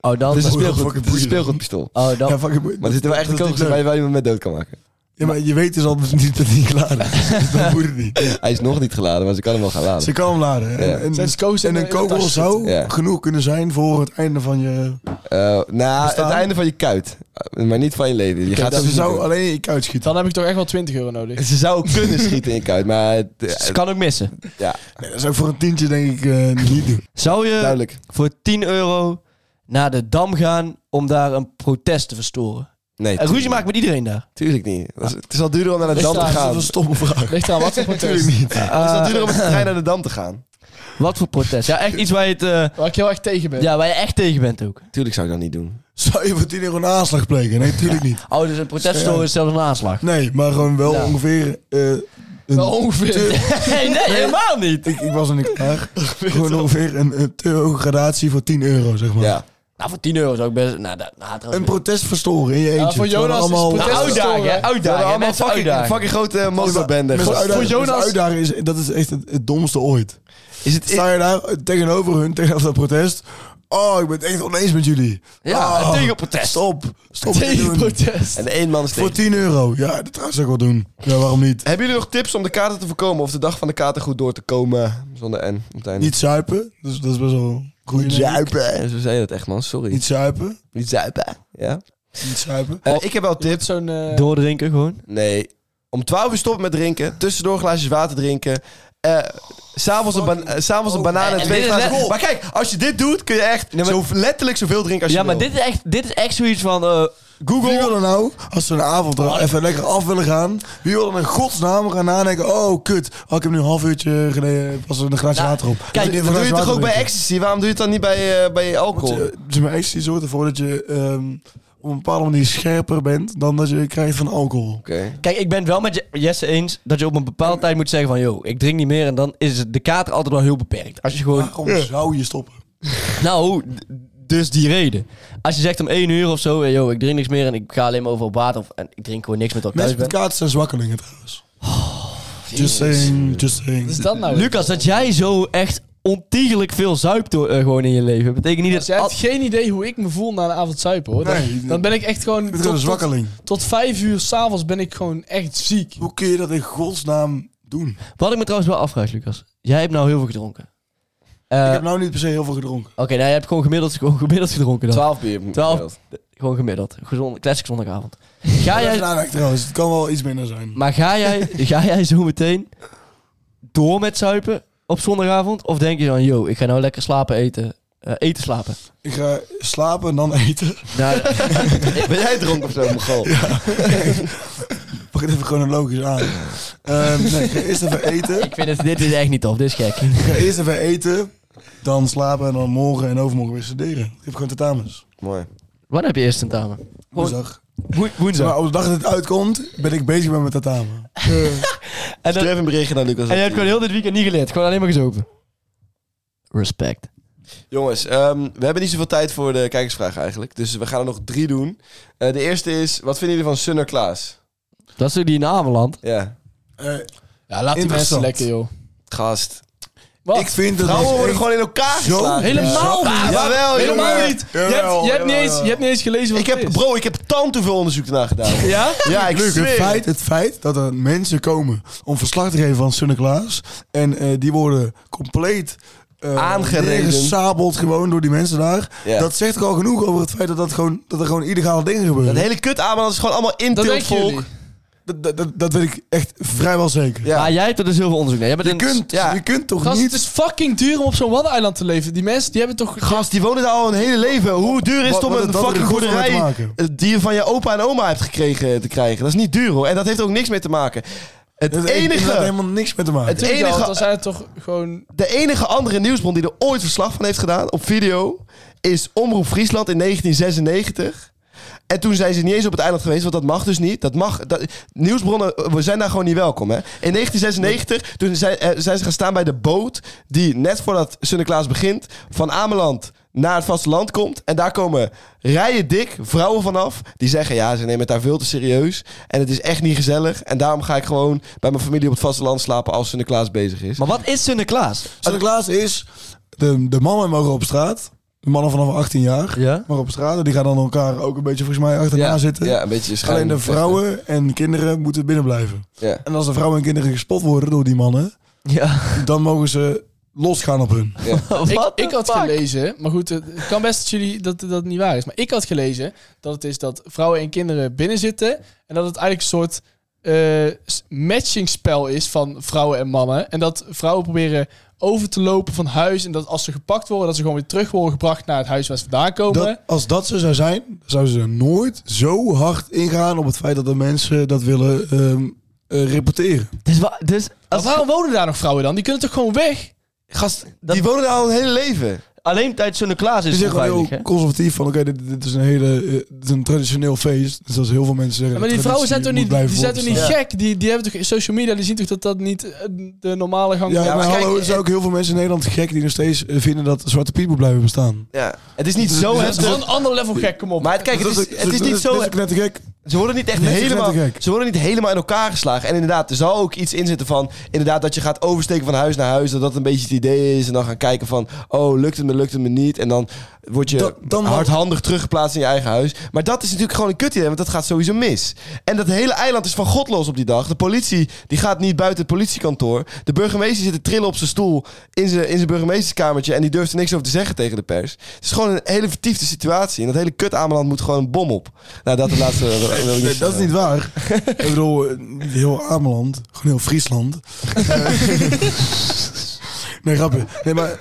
S5: Oh, dan...
S2: Het Dus is een
S3: Oeh,
S2: speelgoed,
S3: fucking
S2: het is een
S3: boeien.
S2: speelgoedpistool.
S5: Oh, dan...
S3: Ja, fucking boeien.
S2: Maar er zitten wel echt
S3: Dat
S2: een
S3: is niet
S2: kogels
S3: leuk.
S2: bij waar je iemand mee dood kan maken.
S3: Ja, maar je weet dus al niet dat hij niet geladen is. Dus dan moet het niet.
S2: Hij is nog niet geladen, maar ze kan hem wel gaan laden.
S3: Ze kan hem laden. En,
S2: Ja.
S3: en,
S4: Zijn ze koos
S3: en
S4: in
S3: een
S4: de- in de
S3: kogel
S4: tas
S3: zou
S2: Ja.
S3: genoeg kunnen zijn voor het einde van je...
S2: Eh, na
S3: Bestaan?
S2: het einde van je kuit. Eh, Maar niet van je leven. Je gaat
S3: Dat ze
S2: sowieso
S3: zou
S2: niet
S3: alleen in je kuit schieten.
S4: Dan heb ik toch echt wel 20 euro nodig.
S2: doen. Ze zou kunnen schieten in je kuit, maar het, eh,
S5: Ze kan ook missen.
S2: ja,
S3: Nee, dat zou ik voor een tientje denk ik eh, niet doen.
S5: Zou je
S2: duidelijk.
S5: voor 10 euro naar de Dam gaan om daar een protest te verstoren?
S2: Nee,
S5: En ruzie
S2: tuurlijk-
S5: maken met iedereen daar.
S2: Tuurlijk niet. Dat is- Het Eh, is al duurder om naar de
S4: Is
S2: dam te
S4: daar-
S2: gaan.
S3: Dat is een stomme vraag.
S4: Ligt eraan wat voor protest.
S3: niet.
S2: Het is al duurder om met de trein naar de dam te gaan.
S5: Wat voor protest? Ja, echt iets waar je, het, eh,
S4: Waar ik heel erg tegen ben.
S5: ja, waar je echt tegen bent ook.
S2: Tuurlijk zou ik dat niet doen.
S3: Zou je voor 10 euro een aanslag plegen? Nee, natuurlijk niet.
S5: Oh, dus een protest verstoren is zelfs een aanslag.
S3: Nee, maar gewoon wel
S5: Ja.
S3: ongeveer... eh, een
S4: Wel ongeveer.
S5: Nee, nee, helemaal niet.
S3: Ik, ik was er niet klaar. Gewoon ongeveer een, een te hoge gradatie voor 10 euro, zeg maar.
S2: Ja.
S5: Nou, voor 10 euro zou ik best... Nou, dat, nou,
S3: Een
S5: trouwens-
S3: protest verstoren in je eentje.
S4: Ja, voor
S3: Terwijl
S4: Jonas is
S3: allemaal,
S4: protest-
S5: Nou, uitdagen, hè,
S2: We hadden
S5: uitdagen.
S2: allemaal
S5: mensen
S2: fucking,
S5: uitdagen.
S2: fucking grote
S3: Met
S2: motorbende.
S3: z'n
S2: gasten.
S3: uitdaging-
S4: Voor
S3: met z'n
S4: Jonas-
S3: uitdaging is, dat is echt het, het domste ooit.
S2: Is het,
S3: Sta je daar eh, tegenover hun, tegenover dat protest. Oh, ik ben het echt oneens met jullie.
S5: Ja,
S3: Oh,
S5: tegen protest.
S3: Stop. Stop. dit
S4: Tegen
S3: doen.
S4: protest.
S2: en één man is
S3: Voor
S2: tegen.
S3: 10 euro. Ja, dat trouwens ook wel doen. Ja, waarom niet?
S2: Hebben jullie nog tips om de kater te voorkomen of de dag van de kater goed door te komen zonder N op het einde?
S3: Niet zuipen. Dus dat is best wel goed.
S2: Niet
S3: denk ik.
S2: zuipen. Zo zei je dat echt, man. Sorry.
S3: Niet zuipen.
S2: Niet zuipen. Ja.
S3: Niet zuipen.
S2: Eh, ik heb wel
S4: Dit
S2: tips.
S4: zo'n... eh,
S5: Doordrinken gewoon.
S2: Nee. Om 12 uur stoppen met drinken. Tussendoor glaasjes water drinken. eh S'avonds een, bana- eh, s'avonds een banaan en
S5: Oh, en
S2: twee
S5: dit is
S2: glazen.
S5: net-
S2: Maar kijk, als je dit doet, kun je echt
S5: Nee, maar-
S2: zo letterlijk zoveel drinken als je
S5: Ja, maar
S2: wil.
S5: dit is echt, dit is echt zoiets van... eh,
S3: Wie
S5: Google...
S3: wil er nou, als ze een avond er even lekker af willen gaan, wie wil er in godsnaam gaan nadenken, oh kut, oh, ik heb nu een half uurtje geleden pas een glaasje
S5: Nou,
S3: water op.
S5: kijk,
S3: Ik heb
S2: Dat
S3: een
S2: doe
S3: glaasje
S2: je toch
S3: water
S2: ook bij
S3: op.
S2: ecstasy? Waarom doe je het dan niet bij, eh, bij alcohol?
S3: Want, eh, Ze mijn ex die zorgt ervoor dat je ehm, op een bepaalde manier scherper bent dan dat je krijgt van alcohol.
S2: Oké.
S5: Kijk, ik ben het wel met Je- Jesse eens dat je op een bepaalde tijd moet zeggen van... ...joh, ik drink niet meer en dan is het- de kater altijd wel heel beperkt. Als je gewoon...
S3: Waarom zou je stoppen?
S5: Nou, d- dus die reden. Als je zegt om één uur of zo, eh, yo, ik drink niks meer en ik ga alleen maar over op water of en ik drink gewoon niks met wat ik thuis
S3: Mensen met
S5: ben.
S3: kaarten zijn zwakkelingen trouwens. just saying, just
S4: Wat is
S3: saying.
S4: dat nou?
S5: Lucas, dat jij zo echt ontiegelijk veel zuipt door- eh, gewoon in je leven, betekent niet
S4: Lucas,
S5: dat...
S4: jij hebt
S5: al-
S4: geen idee hoe ik me voel na een avond zuipen, hoor. Dan,
S3: Nee,
S4: dan ben ik echt gewoon...
S3: Ik ben gewoon een zwakkeling.
S4: Tot vijf uur s'avonds ben ik gewoon echt ziek.
S3: Hoe kun je dat in godsnaam doen?
S5: Wat ik me trouwens wel afvraag, Lucas. Jij hebt nou heel veel gedronken. Eh,
S3: ik heb nou niet per se heel veel gedronken.
S5: Oké, nou, je hebt gewoon gemiddeld, gewoon gemiddeld gedronken dan.
S2: 12 bier.
S5: Twaalf.
S2: Twaalf.
S5: Gewoon gemiddeld. Gezond, classic zondagavond. Ga
S3: Ja,
S5: jij,
S3: ja, trouwens, het kan wel iets minder zijn.
S5: maar ga jij, ga jij zo meteen door met zuipen op zondagavond? Of denk je dan, yo, ik ga nou lekker slapen eten? eh, eten slapen.
S3: Ik ga slapen en dan eten.
S5: Nou,
S2: Ben jij dronken of zo, Michal?
S3: Pak het even chronologisch aan. Ehm, nee, ik ga eerst even eten.
S5: ik vind het, dit is echt niet tof, dit is gek.
S3: Ik ga eerst even eten. Dan slapen en dan morgen en overmorgen weer studeren. Ik heb gewoon tentamens.
S2: Mooi.
S5: Wanneer heb je eerst tentamen?
S3: Woensdag.
S5: Wo- woensdag.
S3: Maar op de dag dat het uitkomt, ben ik bezig met mijn tentamen.
S5: En, dan,
S2: Stuur even een berichtje naar Lucas.
S5: en je hebt gewoon heel dit weekend niet geleerd. Gewoon alleen maar gezopen. Respect.
S2: Jongens, ehm, we hebben niet zoveel tijd voor de kijkersvraag eigenlijk. Dus we gaan er nog drie doen. Eh, de eerste is, wat vinden jullie van Sunner Klaas?
S5: Dat is toch die in Ameland?
S2: Ja,
S3: Eh,
S4: Ja, laat die mensen
S3: Interessant.
S4: lekker, joh.
S2: gast.
S4: Wat?
S3: ik vind dat...
S2: Vrouwen
S3: dit
S2: worden
S3: echt
S2: gewoon in elkaar
S3: zo
S2: geslagen.
S4: Helemaal niet.
S2: Ja, jawel,
S4: Helemaal
S2: jongen.
S4: niet. Je hebt, je, hebt niet eens, je hebt niet eens gelezen wat
S2: Ik heb,
S4: het is.
S2: bro, ik heb tantoeveel onderzoek ernaar gedaan.
S4: Ja?
S2: Ja, ik
S3: Leuk, het
S2: zweer.
S3: feit, het feit dat er mensen komen om verslag te geven van Sinterklaas. En eh, die worden compleet eh,
S2: Aangereden.
S3: neergesabeld gewoon door die mensen daar.
S2: Ja.
S3: Dat zegt toch al genoeg over het feit dat, dat, gewoon, dat er gewoon illegale dingen gebeuren.
S2: Dat
S3: Dat,
S2: hele kut Ameland is gewoon allemaal
S4: Dat
S2: intilt
S4: denken
S2: volk.
S4: jullie.
S3: dat, dat, dat weet ik echt vrijwel zeker.
S2: Ja.
S5: Maar jij hebt er dus heel veel onderzoek naar. Jij bent
S3: Je,
S5: een-
S3: kunt,
S2: ja.
S3: je kunt toch
S4: Gast,
S3: niet...
S4: het is fucking duur om op zo'n waddeneiland te leven. Die mensen, die hebben toch...
S2: Gast, die wonen daar al een hele leven. Hoe duur is het
S3: Wat-
S2: om
S3: wat-
S2: een
S3: wat er
S2: fucking
S3: goed mee te
S2: boerderij
S3: maken?
S2: eh, die je van je opa en oma hebt gekregen te krijgen? Dat is niet duur hoor. En dat heeft ook niks mee te maken. Het
S3: Dat heeft inderdaad
S2: enige,
S3: helemaal niks mee te maken.
S2: Het-
S4: Tuurlijk
S2: enige-
S4: wel, Dan zijn het toch gewoon...
S2: de enige andere nieuwsbron die er ooit verslag van heeft gedaan op video is Omroep Friesland in 1996. En toen zijn ze niet eens op het eiland geweest, want dat mag dus niet. Dat mag, dat, nieuwsbronnen, eh, we zijn daar gewoon niet welkom. Hè? In 1996 toen zijn, eh, zijn ze gaan staan bij de boot die net voordat Sinterklaas begint van Ameland naar het vasteland komt. En daar komen rijen dik vrouwen vanaf die zeggen ja, ze nemen het daar veel te serieus. En het is echt niet gezellig. En daarom ga ik gewoon bij mijn familie op het vasteland slapen als Sinterklaas bezig is.
S5: Maar wat is Sinterklaas?
S3: Sinterklaas is... De, de mannen mogen op straat. De mannen vanaf 18 jaar.
S5: Ja?
S3: Maar op straat. Die gaan dan elkaar ook een beetje volgens mij achterna zitten.
S2: Ja, een beetje schijn.
S3: Alleen de vrouwen en kinderen moeten binnen blijven.
S2: Ja.
S3: En als de vrouwen en kinderen gespot worden door die mannen,
S5: Ja.
S3: dan mogen ze losgaan op hun.
S4: Ik,
S5: What the
S4: ik had
S5: fuck?
S4: gelezen, maar goed, het het kan best dat jullie dat dat het niet waar is. Maar ik had gelezen dat het is dat vrouwen en kinderen binnen zitten en dat het eigenlijk een soort eh, s- matchingspel is van vrouwen en mannen. En dat vrouwen proberen over te lopen van huis en dat als ze gepakt worden, dat ze gewoon weer terug worden gebracht naar het huis waar ze vandaan komen.
S3: Dat, als dat zo zou zijn, zouden ze nooit zo hard ingaan op het feit dat de mensen dat willen ehm eh, rapporteren.
S5: Dus, wa- dus
S4: Maar
S5: als
S4: waarom wonen daar nog vrouwen dan? Die kunnen toch gewoon weg?
S2: Gast,
S5: Dat-
S2: die wonen daar al een hele leven.
S5: alleen tijdens Sinterklaas
S3: Ze
S5: is
S3: zijn
S5: het
S3: gewoon
S5: veilig, hè?
S3: heel conservatief van, oké, dit, dit is een hele, eh, dit is een traditioneel feest. Dus als heel veel mensen zeggen,
S4: Ja, maar die
S3: de
S4: vrouwen zijn toch
S3: traditie
S4: niet,
S3: moet
S4: die
S3: blijven
S4: zijn toch niet
S3: voortbestaan.
S4: gek? Die, die hebben toch social media, die zien toch dat dat niet eh, de normale gang
S3: Ja,
S4: van-
S3: maar
S2: kijk,
S3: hallo, er zijn
S4: eh,
S3: ook heel veel mensen in Nederland gek die nog steeds eh, vinden dat Zwarte Piet moet blijven bestaan.
S2: Ja. Het is niet zo
S4: Dat is
S2: heftig.
S4: een ander level gek, kom op.
S2: Maar het, kijk,
S3: Dus
S2: het is, het is niet zo...
S3: net gek.
S2: Ze worden niet echt
S3: Net is
S2: helemaal,
S3: knettergek.
S2: ze worden niet helemaal in elkaar geslagen. En inderdaad, er zal ook iets in zitten van... Inderdaad, dat je gaat oversteken van huis naar huis. Dat dat een beetje het idee is. En dan gaan kijken van... Oh, lukt het me, lukt het me niet. En dan word je
S3: Dat- dan wel-
S2: hardhandig teruggeplaatst in je eigen huis. Maar dat is natuurlijk gewoon een kut idee. Want dat gaat sowieso mis. En dat hele eiland is van god los op die dag. De politie die gaat niet buiten het politiekantoor. De burgemeester zit te trillen op zijn stoel... in zijn in zijn burgemeesterskamertje... en die durft er niks over te zeggen tegen de pers. Het is gewoon een hele vertiefde situatie. En dat hele kut Ameland moet gewoon een bom op. Nou, dat de laatste... wil ik
S3: Nee,
S2: niet
S3: dat is
S2: zeggen.
S3: niet waar. ik bedoel, eh, niet heel Ameland, gewoon heel Friesland. Eh, nee, grapje. Nee, maar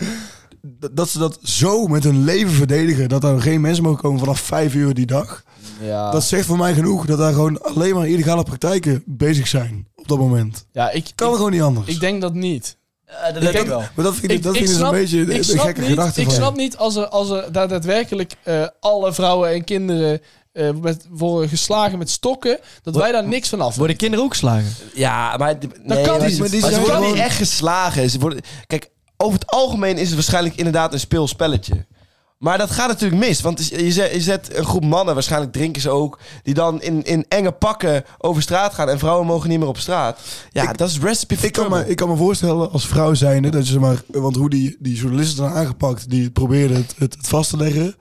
S3: d- dat ze dat zo met hun leven verdedigen, dat er geen mensen mogen komen vanaf vijf uur die dag.
S4: Ja.
S3: Dat zegt voor mij genoeg dat daar gewoon alleen maar illegale praktijken bezig zijn op dat moment.
S4: Ja, ik,
S3: Kan
S4: ik,
S3: gewoon niet anders.
S4: ik denk dat niet.
S5: Eh, dat denk ik wel.
S3: maar dat vind ik, dat vind ik dus een beetje de,
S4: ik
S3: de
S4: snap
S3: gekke
S4: niet,
S3: gedachte
S4: Ik
S3: van.
S4: snap niet als er, als er daar daadwerkelijk eh, alle vrouwen en kinderen eh, met, worden geslagen met stokken, dat wij daar niks van af
S5: Worden kinderen ook geslagen?
S2: Ja, maar...
S4: kan
S2: maar
S4: niet.
S2: ze- maar
S4: Maar die
S2: ze
S4: zijn
S2: worden
S4: gewoon-
S2: niet echt geslagen. Ze worden, kijk, over het algemeen is het waarschijnlijk inderdaad een speelspelletje. Maar dat gaat natuurlijk mis. Want je zet, je zet een groep mannen, waarschijnlijk drinken ze ook... die dan in, in enge pakken over straat gaan... en vrouwen mogen niet meer op straat. Ja,
S3: Ik-
S2: dat is recipe for
S3: Ik kan, me,
S2: trouble.
S3: ik kan me voorstellen als vrouw zijnde, dat je zeg maar, want hoe die, die journalisten zijn aangepakt, die probeerden het, het, het vast te leggen.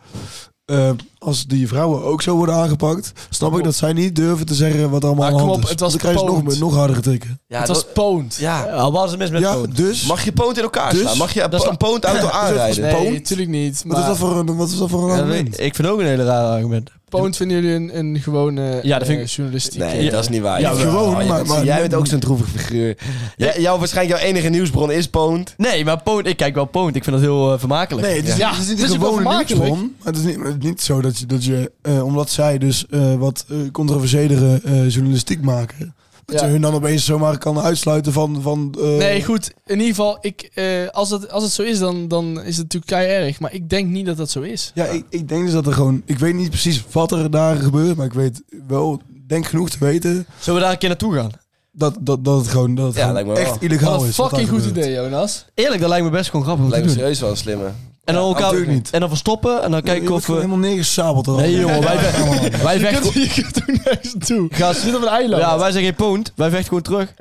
S3: eh, als die vrouwen ook zo worden aangepakt, snap ik dat zij niet durven te zeggen wat allemaal
S4: Maar
S3: aan
S4: kom
S3: de hand
S4: op,
S3: is.
S4: het was
S3: Want dan krijgen ze nog,
S4: gepoond.
S3: meer- nog harder getikken.
S2: Ja,
S4: het
S2: dat-
S4: was poont.
S2: ja.
S5: Al was het mis met
S3: ja, dus.
S2: Mag je poont in elkaar
S3: Dus?
S2: slaan? Mag je
S5: Dat is
S2: een poont auto aanrijden?
S4: Nee,
S3: Poont?
S4: natuurlijk niet.
S3: wat, is
S4: maar
S3: dat voor een, wat is dat voor een argument?
S5: ik vind ook een hele raar argument.
S4: Poont vinden jullie een, een gewone
S5: Ja, dat vind
S4: eh,
S5: ik-
S4: journalistieke...
S2: Nee, dat is niet waar.
S3: Ja,
S2: joh.
S3: gewoon,
S2: jij
S3: maar-
S2: bent-
S3: maar-
S2: jij bent ook zo'n droevig figuur. Jij, jouw, waarschijnlijk jouw enige nieuwsbron is Poont.
S5: Nee, maar Poont, ik kijk wel Poont. Ik vind dat heel eh, vermakelijk.
S3: Nee, het is,
S4: Ja, Dus
S3: niet- het is
S4: het is
S3: niet
S4: ook wel
S3: gewoon een
S4: vermakelijk.
S3: nieuwsbron. Maar het is niet, het is niet zo dat je, dat je eh, omdat zij dus eh, wat eh, controversiëlere eh, journalistiek maken, dat
S4: Ja.
S3: je hun dan opeens zomaar kan uitsluiten van... van eh,
S4: Nee, goed. In ieder geval, ik, eh, als, dat, als het zo is, dan, dan is het natuurlijk kei erg. Maar ik denk niet dat dat zo is.
S3: Ja, ik, ik denk dus dat er gewoon... Ik weet niet precies wat er daar gebeurt, maar ik weet wel, denk genoeg te weten,
S5: Zullen we daar een keer naartoe gaan?
S3: dat, dat, dat het gewoon, dat het
S2: Ja,
S3: gewoon
S2: lijkt me wel.
S3: echt illegaal
S4: Wat een
S3: Nou, is. wat daar
S4: fucking goed
S3: gebeurt.
S4: idee, Jonas.
S5: Eerlijk, dat lijkt me best gewoon grappig om te
S2: Lijkt me
S5: doen.
S2: serieus wel een slimme.
S5: En dan elkaar
S3: natuurlijk niet.
S5: En dan verstoppen en dan kijken
S3: Je wordt
S5: of we...
S3: gewoon helemaal neergesabeld. al.
S5: Nee jongen, wij,
S3: Ja, man.
S5: vechten- wij
S4: Je
S5: vechten...
S4: kunt, je kunt ook nergens toe.
S5: Gast,
S4: Je zit op een eiland.
S5: ja, wij zijn geen Poont. Wij vechten gewoon terug.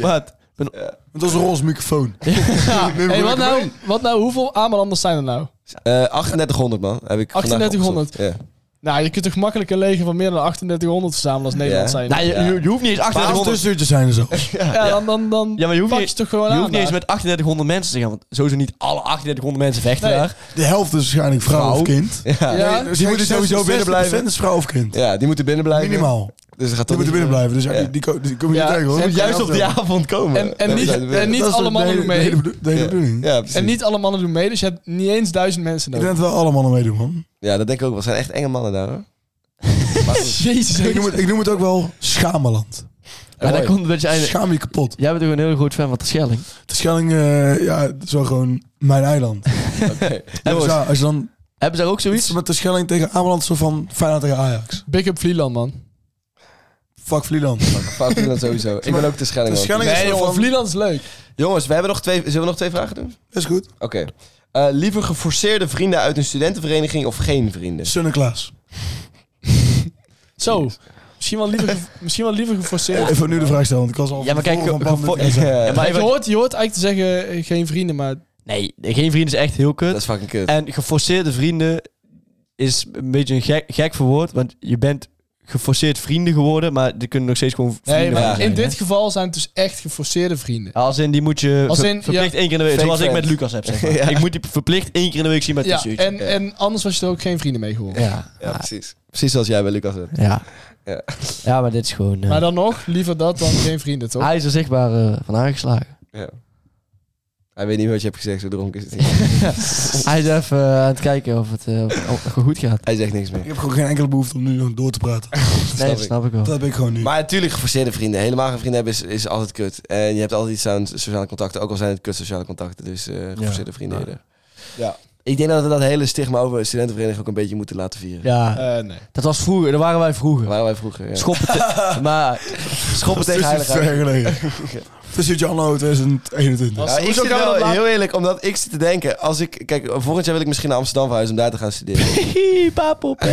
S5: Wat?
S3: Het was een roze microfoon.
S4: hey, wat, nou, wat nou? Hoeveel Amelanders zijn er nou?
S2: Eh 3800 man, heb ik vandaag
S4: 3800.
S2: opgezocht. Ja.
S4: Nou, je kunt toch makkelijk een leger van meer dan 3800 verzamelen als Nederland
S2: Ja.
S4: zijn.
S5: Nou, je, je- je hoeft niet eens
S3: Twaalf
S5: 3800...
S3: tussenuurtjes zijn er zo.
S4: ja, dan, dan, dan
S5: Ja, maar je hoeft
S4: pak je
S5: niet-
S4: ze toch gewoon
S5: Je
S4: aan.
S5: hoeft niet eens
S4: daar.
S5: met 3800 mensen te gaan, want sowieso niet alle 3800 mensen vechten
S4: Nee.
S5: daar.
S3: De helft is waarschijnlijk vrouw,
S5: Vrouw.
S3: of kind.
S2: Ja.
S4: Ja?
S3: Dus die moeten sowieso binnen blijven. is vrouw of kind.
S2: ja, die moeten binnen blijven.
S3: Minimaal.
S2: Dus er gaat
S3: Die
S2: toch
S3: moeten binnen
S2: niet-
S3: blijven. Dus ja,
S2: Ja.
S3: die, die, ko- die kom je
S4: Ja,
S3: niet tegen hoor.
S4: ze hebben
S2: Juist op die avond komen.
S4: En, en
S2: Ja,
S4: niet,
S2: we zijn er binnen.
S4: en niet
S3: Dat is
S4: alle mannen
S3: de
S4: doen
S3: hele-
S4: mee.
S3: De hele, bedo- de hele
S2: Ja.
S3: bedoeling.
S2: Ja, precies.
S4: En niet alle mannen doen mee, dus je hebt niet eens duizend mensen
S3: Ik denk
S4: nodig.
S3: dat wel allemaal aan meedoen man.
S2: Ja, dat denk ik ook wel. Het zijn echt enge mannen daar hoor.
S4: Jezus,
S3: Ik noem, het, ik noem het ook wel Schameland.
S5: Maar dan komt het dat je eigenlijk...
S3: Schaam je kapot.
S5: Jij bent ook een heel groot fan van de Schelling.
S3: De Schelling, eh, ja, het is wel gewoon mijn eiland.
S5: Hebben
S3: Dus
S5: ze,
S3: ja, als je dan
S5: hebben ze daar ook
S3: iets
S5: zoiets?
S3: met de Schelling tegen Ameland, zo van Feyenoord tegen Ajax.
S4: Big up Vlieland, man.
S3: Fuck Vlieland.
S2: Fout doen dat sowieso. Ik ben ook te schelling.
S3: De
S2: ook.
S3: Schelling is
S4: Nee,
S3: zo
S4: jongen,
S3: van...
S4: Vlieland is leuk.
S2: Jongens, we hebben nog twee, zullen we nog twee vragen doen?
S3: Is goed.
S2: Oké. Eh, liever geforceerde vrienden uit een studentenvereniging of geen vrienden?
S3: Sunneklaas.
S4: Zo. Misschien wel liever, ge- misschien wel liever geforceerd.
S3: Even nu de vraag stellen, want ik was al
S5: Ja, maar
S3: van
S5: kijk,
S3: tevoren van plan
S5: gevo-
S3: met-
S2: Ja,
S5: Ja, maar
S4: Je
S5: even-
S4: hoort, je hoort eigenlijk te zeggen eh, geen vrienden, maar
S5: Nee, geen vrienden is echt heel
S2: dat
S5: kut.
S2: is fucking kut.
S5: En geforceerde vrienden is een beetje een gek, gek verwoord, want je bent geforceerd vrienden geworden, maar die kunnen nog steeds gewoon vrienden
S4: Nee,
S5: van
S4: maar
S5: je
S4: in
S5: zijn,
S4: dit
S5: hè?
S4: geval zijn het dus echt geforceerde vrienden.
S5: Als in, die moet je
S4: Als
S5: ver-
S4: in, ja,
S5: verplicht één keer in de week,
S2: fake
S5: zoals ik
S2: friend.
S5: met Lucas heb, zeg maar.
S2: Ja.
S5: Ik moet die verplicht één keer in de week zien met
S4: Ja,
S5: t-shirtje.
S4: en, en anders was je er ook geen vrienden mee geworden.
S5: Ja,
S2: Ja, precies. Precies zoals jij bij Lucas hebt.
S5: ja.
S2: Ja.
S5: Ja, maar dit is gewoon... eh,
S4: Maar dan nog, liever dat dan geen vrienden, toch?
S5: hij is er zichtbaar eh, van aangeslagen.
S2: Ja. Hij weet niet wat je hebt gezegd, zo dronken is het niet.
S5: Hij is even eh, aan het kijken of het eh, of- of goed gaat.
S2: Hij zegt niks meer.
S3: Ik heb gewoon geen enkele behoefte om nu nog door te praten.
S5: Nee,
S2: ik.
S5: dat snap ik wel.
S3: Dat heb ik gewoon nu.
S2: Maar natuurlijk, geforceerde vrienden. Helemaal geen vrienden hebben is, is altijd kut. En je hebt altijd iets aan sociale contacten. Ook al zijn het kut sociale contacten. Dus eh, geforceerde vrienden.
S5: Ja.
S2: eerder. Ik denk dat we dat hele stigma over studentenvereniging ook een beetje moeten laten vieren.
S5: Ja,
S4: Eh, nee.
S5: dat was vroeger. Dat waren wij vroeger.
S2: Dat waren wij vroeger. Ja.
S5: Schoppen,
S4: Ah.
S5: te- maar, schoppen tegen
S4: dus
S3: Tussen
S5: heiligheid.
S3: twee jaar geleden. Tussen Janno 2021.
S4: Was-
S2: Nou, ik
S4: Hoezo
S2: zit
S4: kan je
S2: wel
S4: dat laten-
S2: heel eerlijk, omdat ik zit te denken, als ik, kijk, volgend jaar wil ik misschien naar Amsterdam verhuizen om daar te gaan studeren.
S5: Hihi, papop.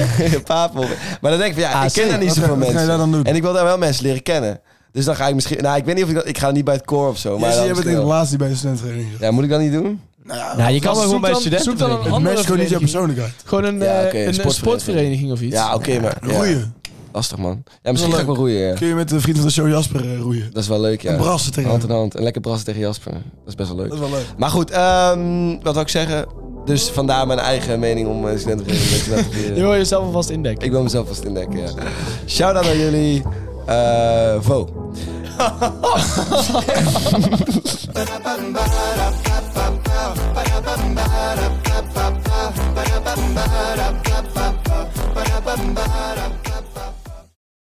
S2: Papel. Maar dan denk ik van, ja,
S5: Ah,
S2: ik ken
S5: zie.
S2: daar niet
S3: Wat ga-
S2: zoveel
S3: wat ga je
S2: mensen.
S3: daar dan doen?
S2: En ik wil daar wel mensen leren kennen. Dus dan ga ik misschien, nou, ik weet niet of ik, dat- ik ga niet bij het koor of zo. Maar
S3: Jij
S2: dan
S3: bent
S2: misschien
S3: de
S2: wel.
S3: laatste die bij de studentenvereniging zat.
S2: ja, moet ik dat niet doen?
S5: Nou, je kan wel gewoon bij
S4: dan-
S5: studenten
S4: zoek dan een
S5: beginnen.
S3: Het
S4: andere
S3: matcht gewoon niet jouw
S4: vereniging.
S3: persoonlijkheid.
S4: Gewoon een,
S2: Ja,
S4: eh,
S2: oké,
S4: een,
S2: een
S4: een
S2: sportvereniging.
S4: sportvereniging of iets.
S2: Ja, oké, maar ja,
S3: Roeien.
S2: lastig man. Ja,
S3: wel
S2: misschien ga ik wel roeien. ja.
S3: Kun je met de vriend van de show Jasper eh, roeien?
S2: Dat is wel leuk, ja.
S3: En brassen tegen
S2: Hand
S3: hem.
S2: in hand. En lekker brassen tegen Jasper. Dat is best wel
S3: Dat
S2: leuk.
S3: is wel leuk.
S2: Maar goed, ehm, wat wil ik zeggen? Dus vandaar mijn eigen mening om eh, studentenvereniging te laten vieren.
S4: Je wil jezelf alvast indekken.
S2: eh, Ik wil mezelf vast indekken, ja. Shout-out aan jullie. eh Vo.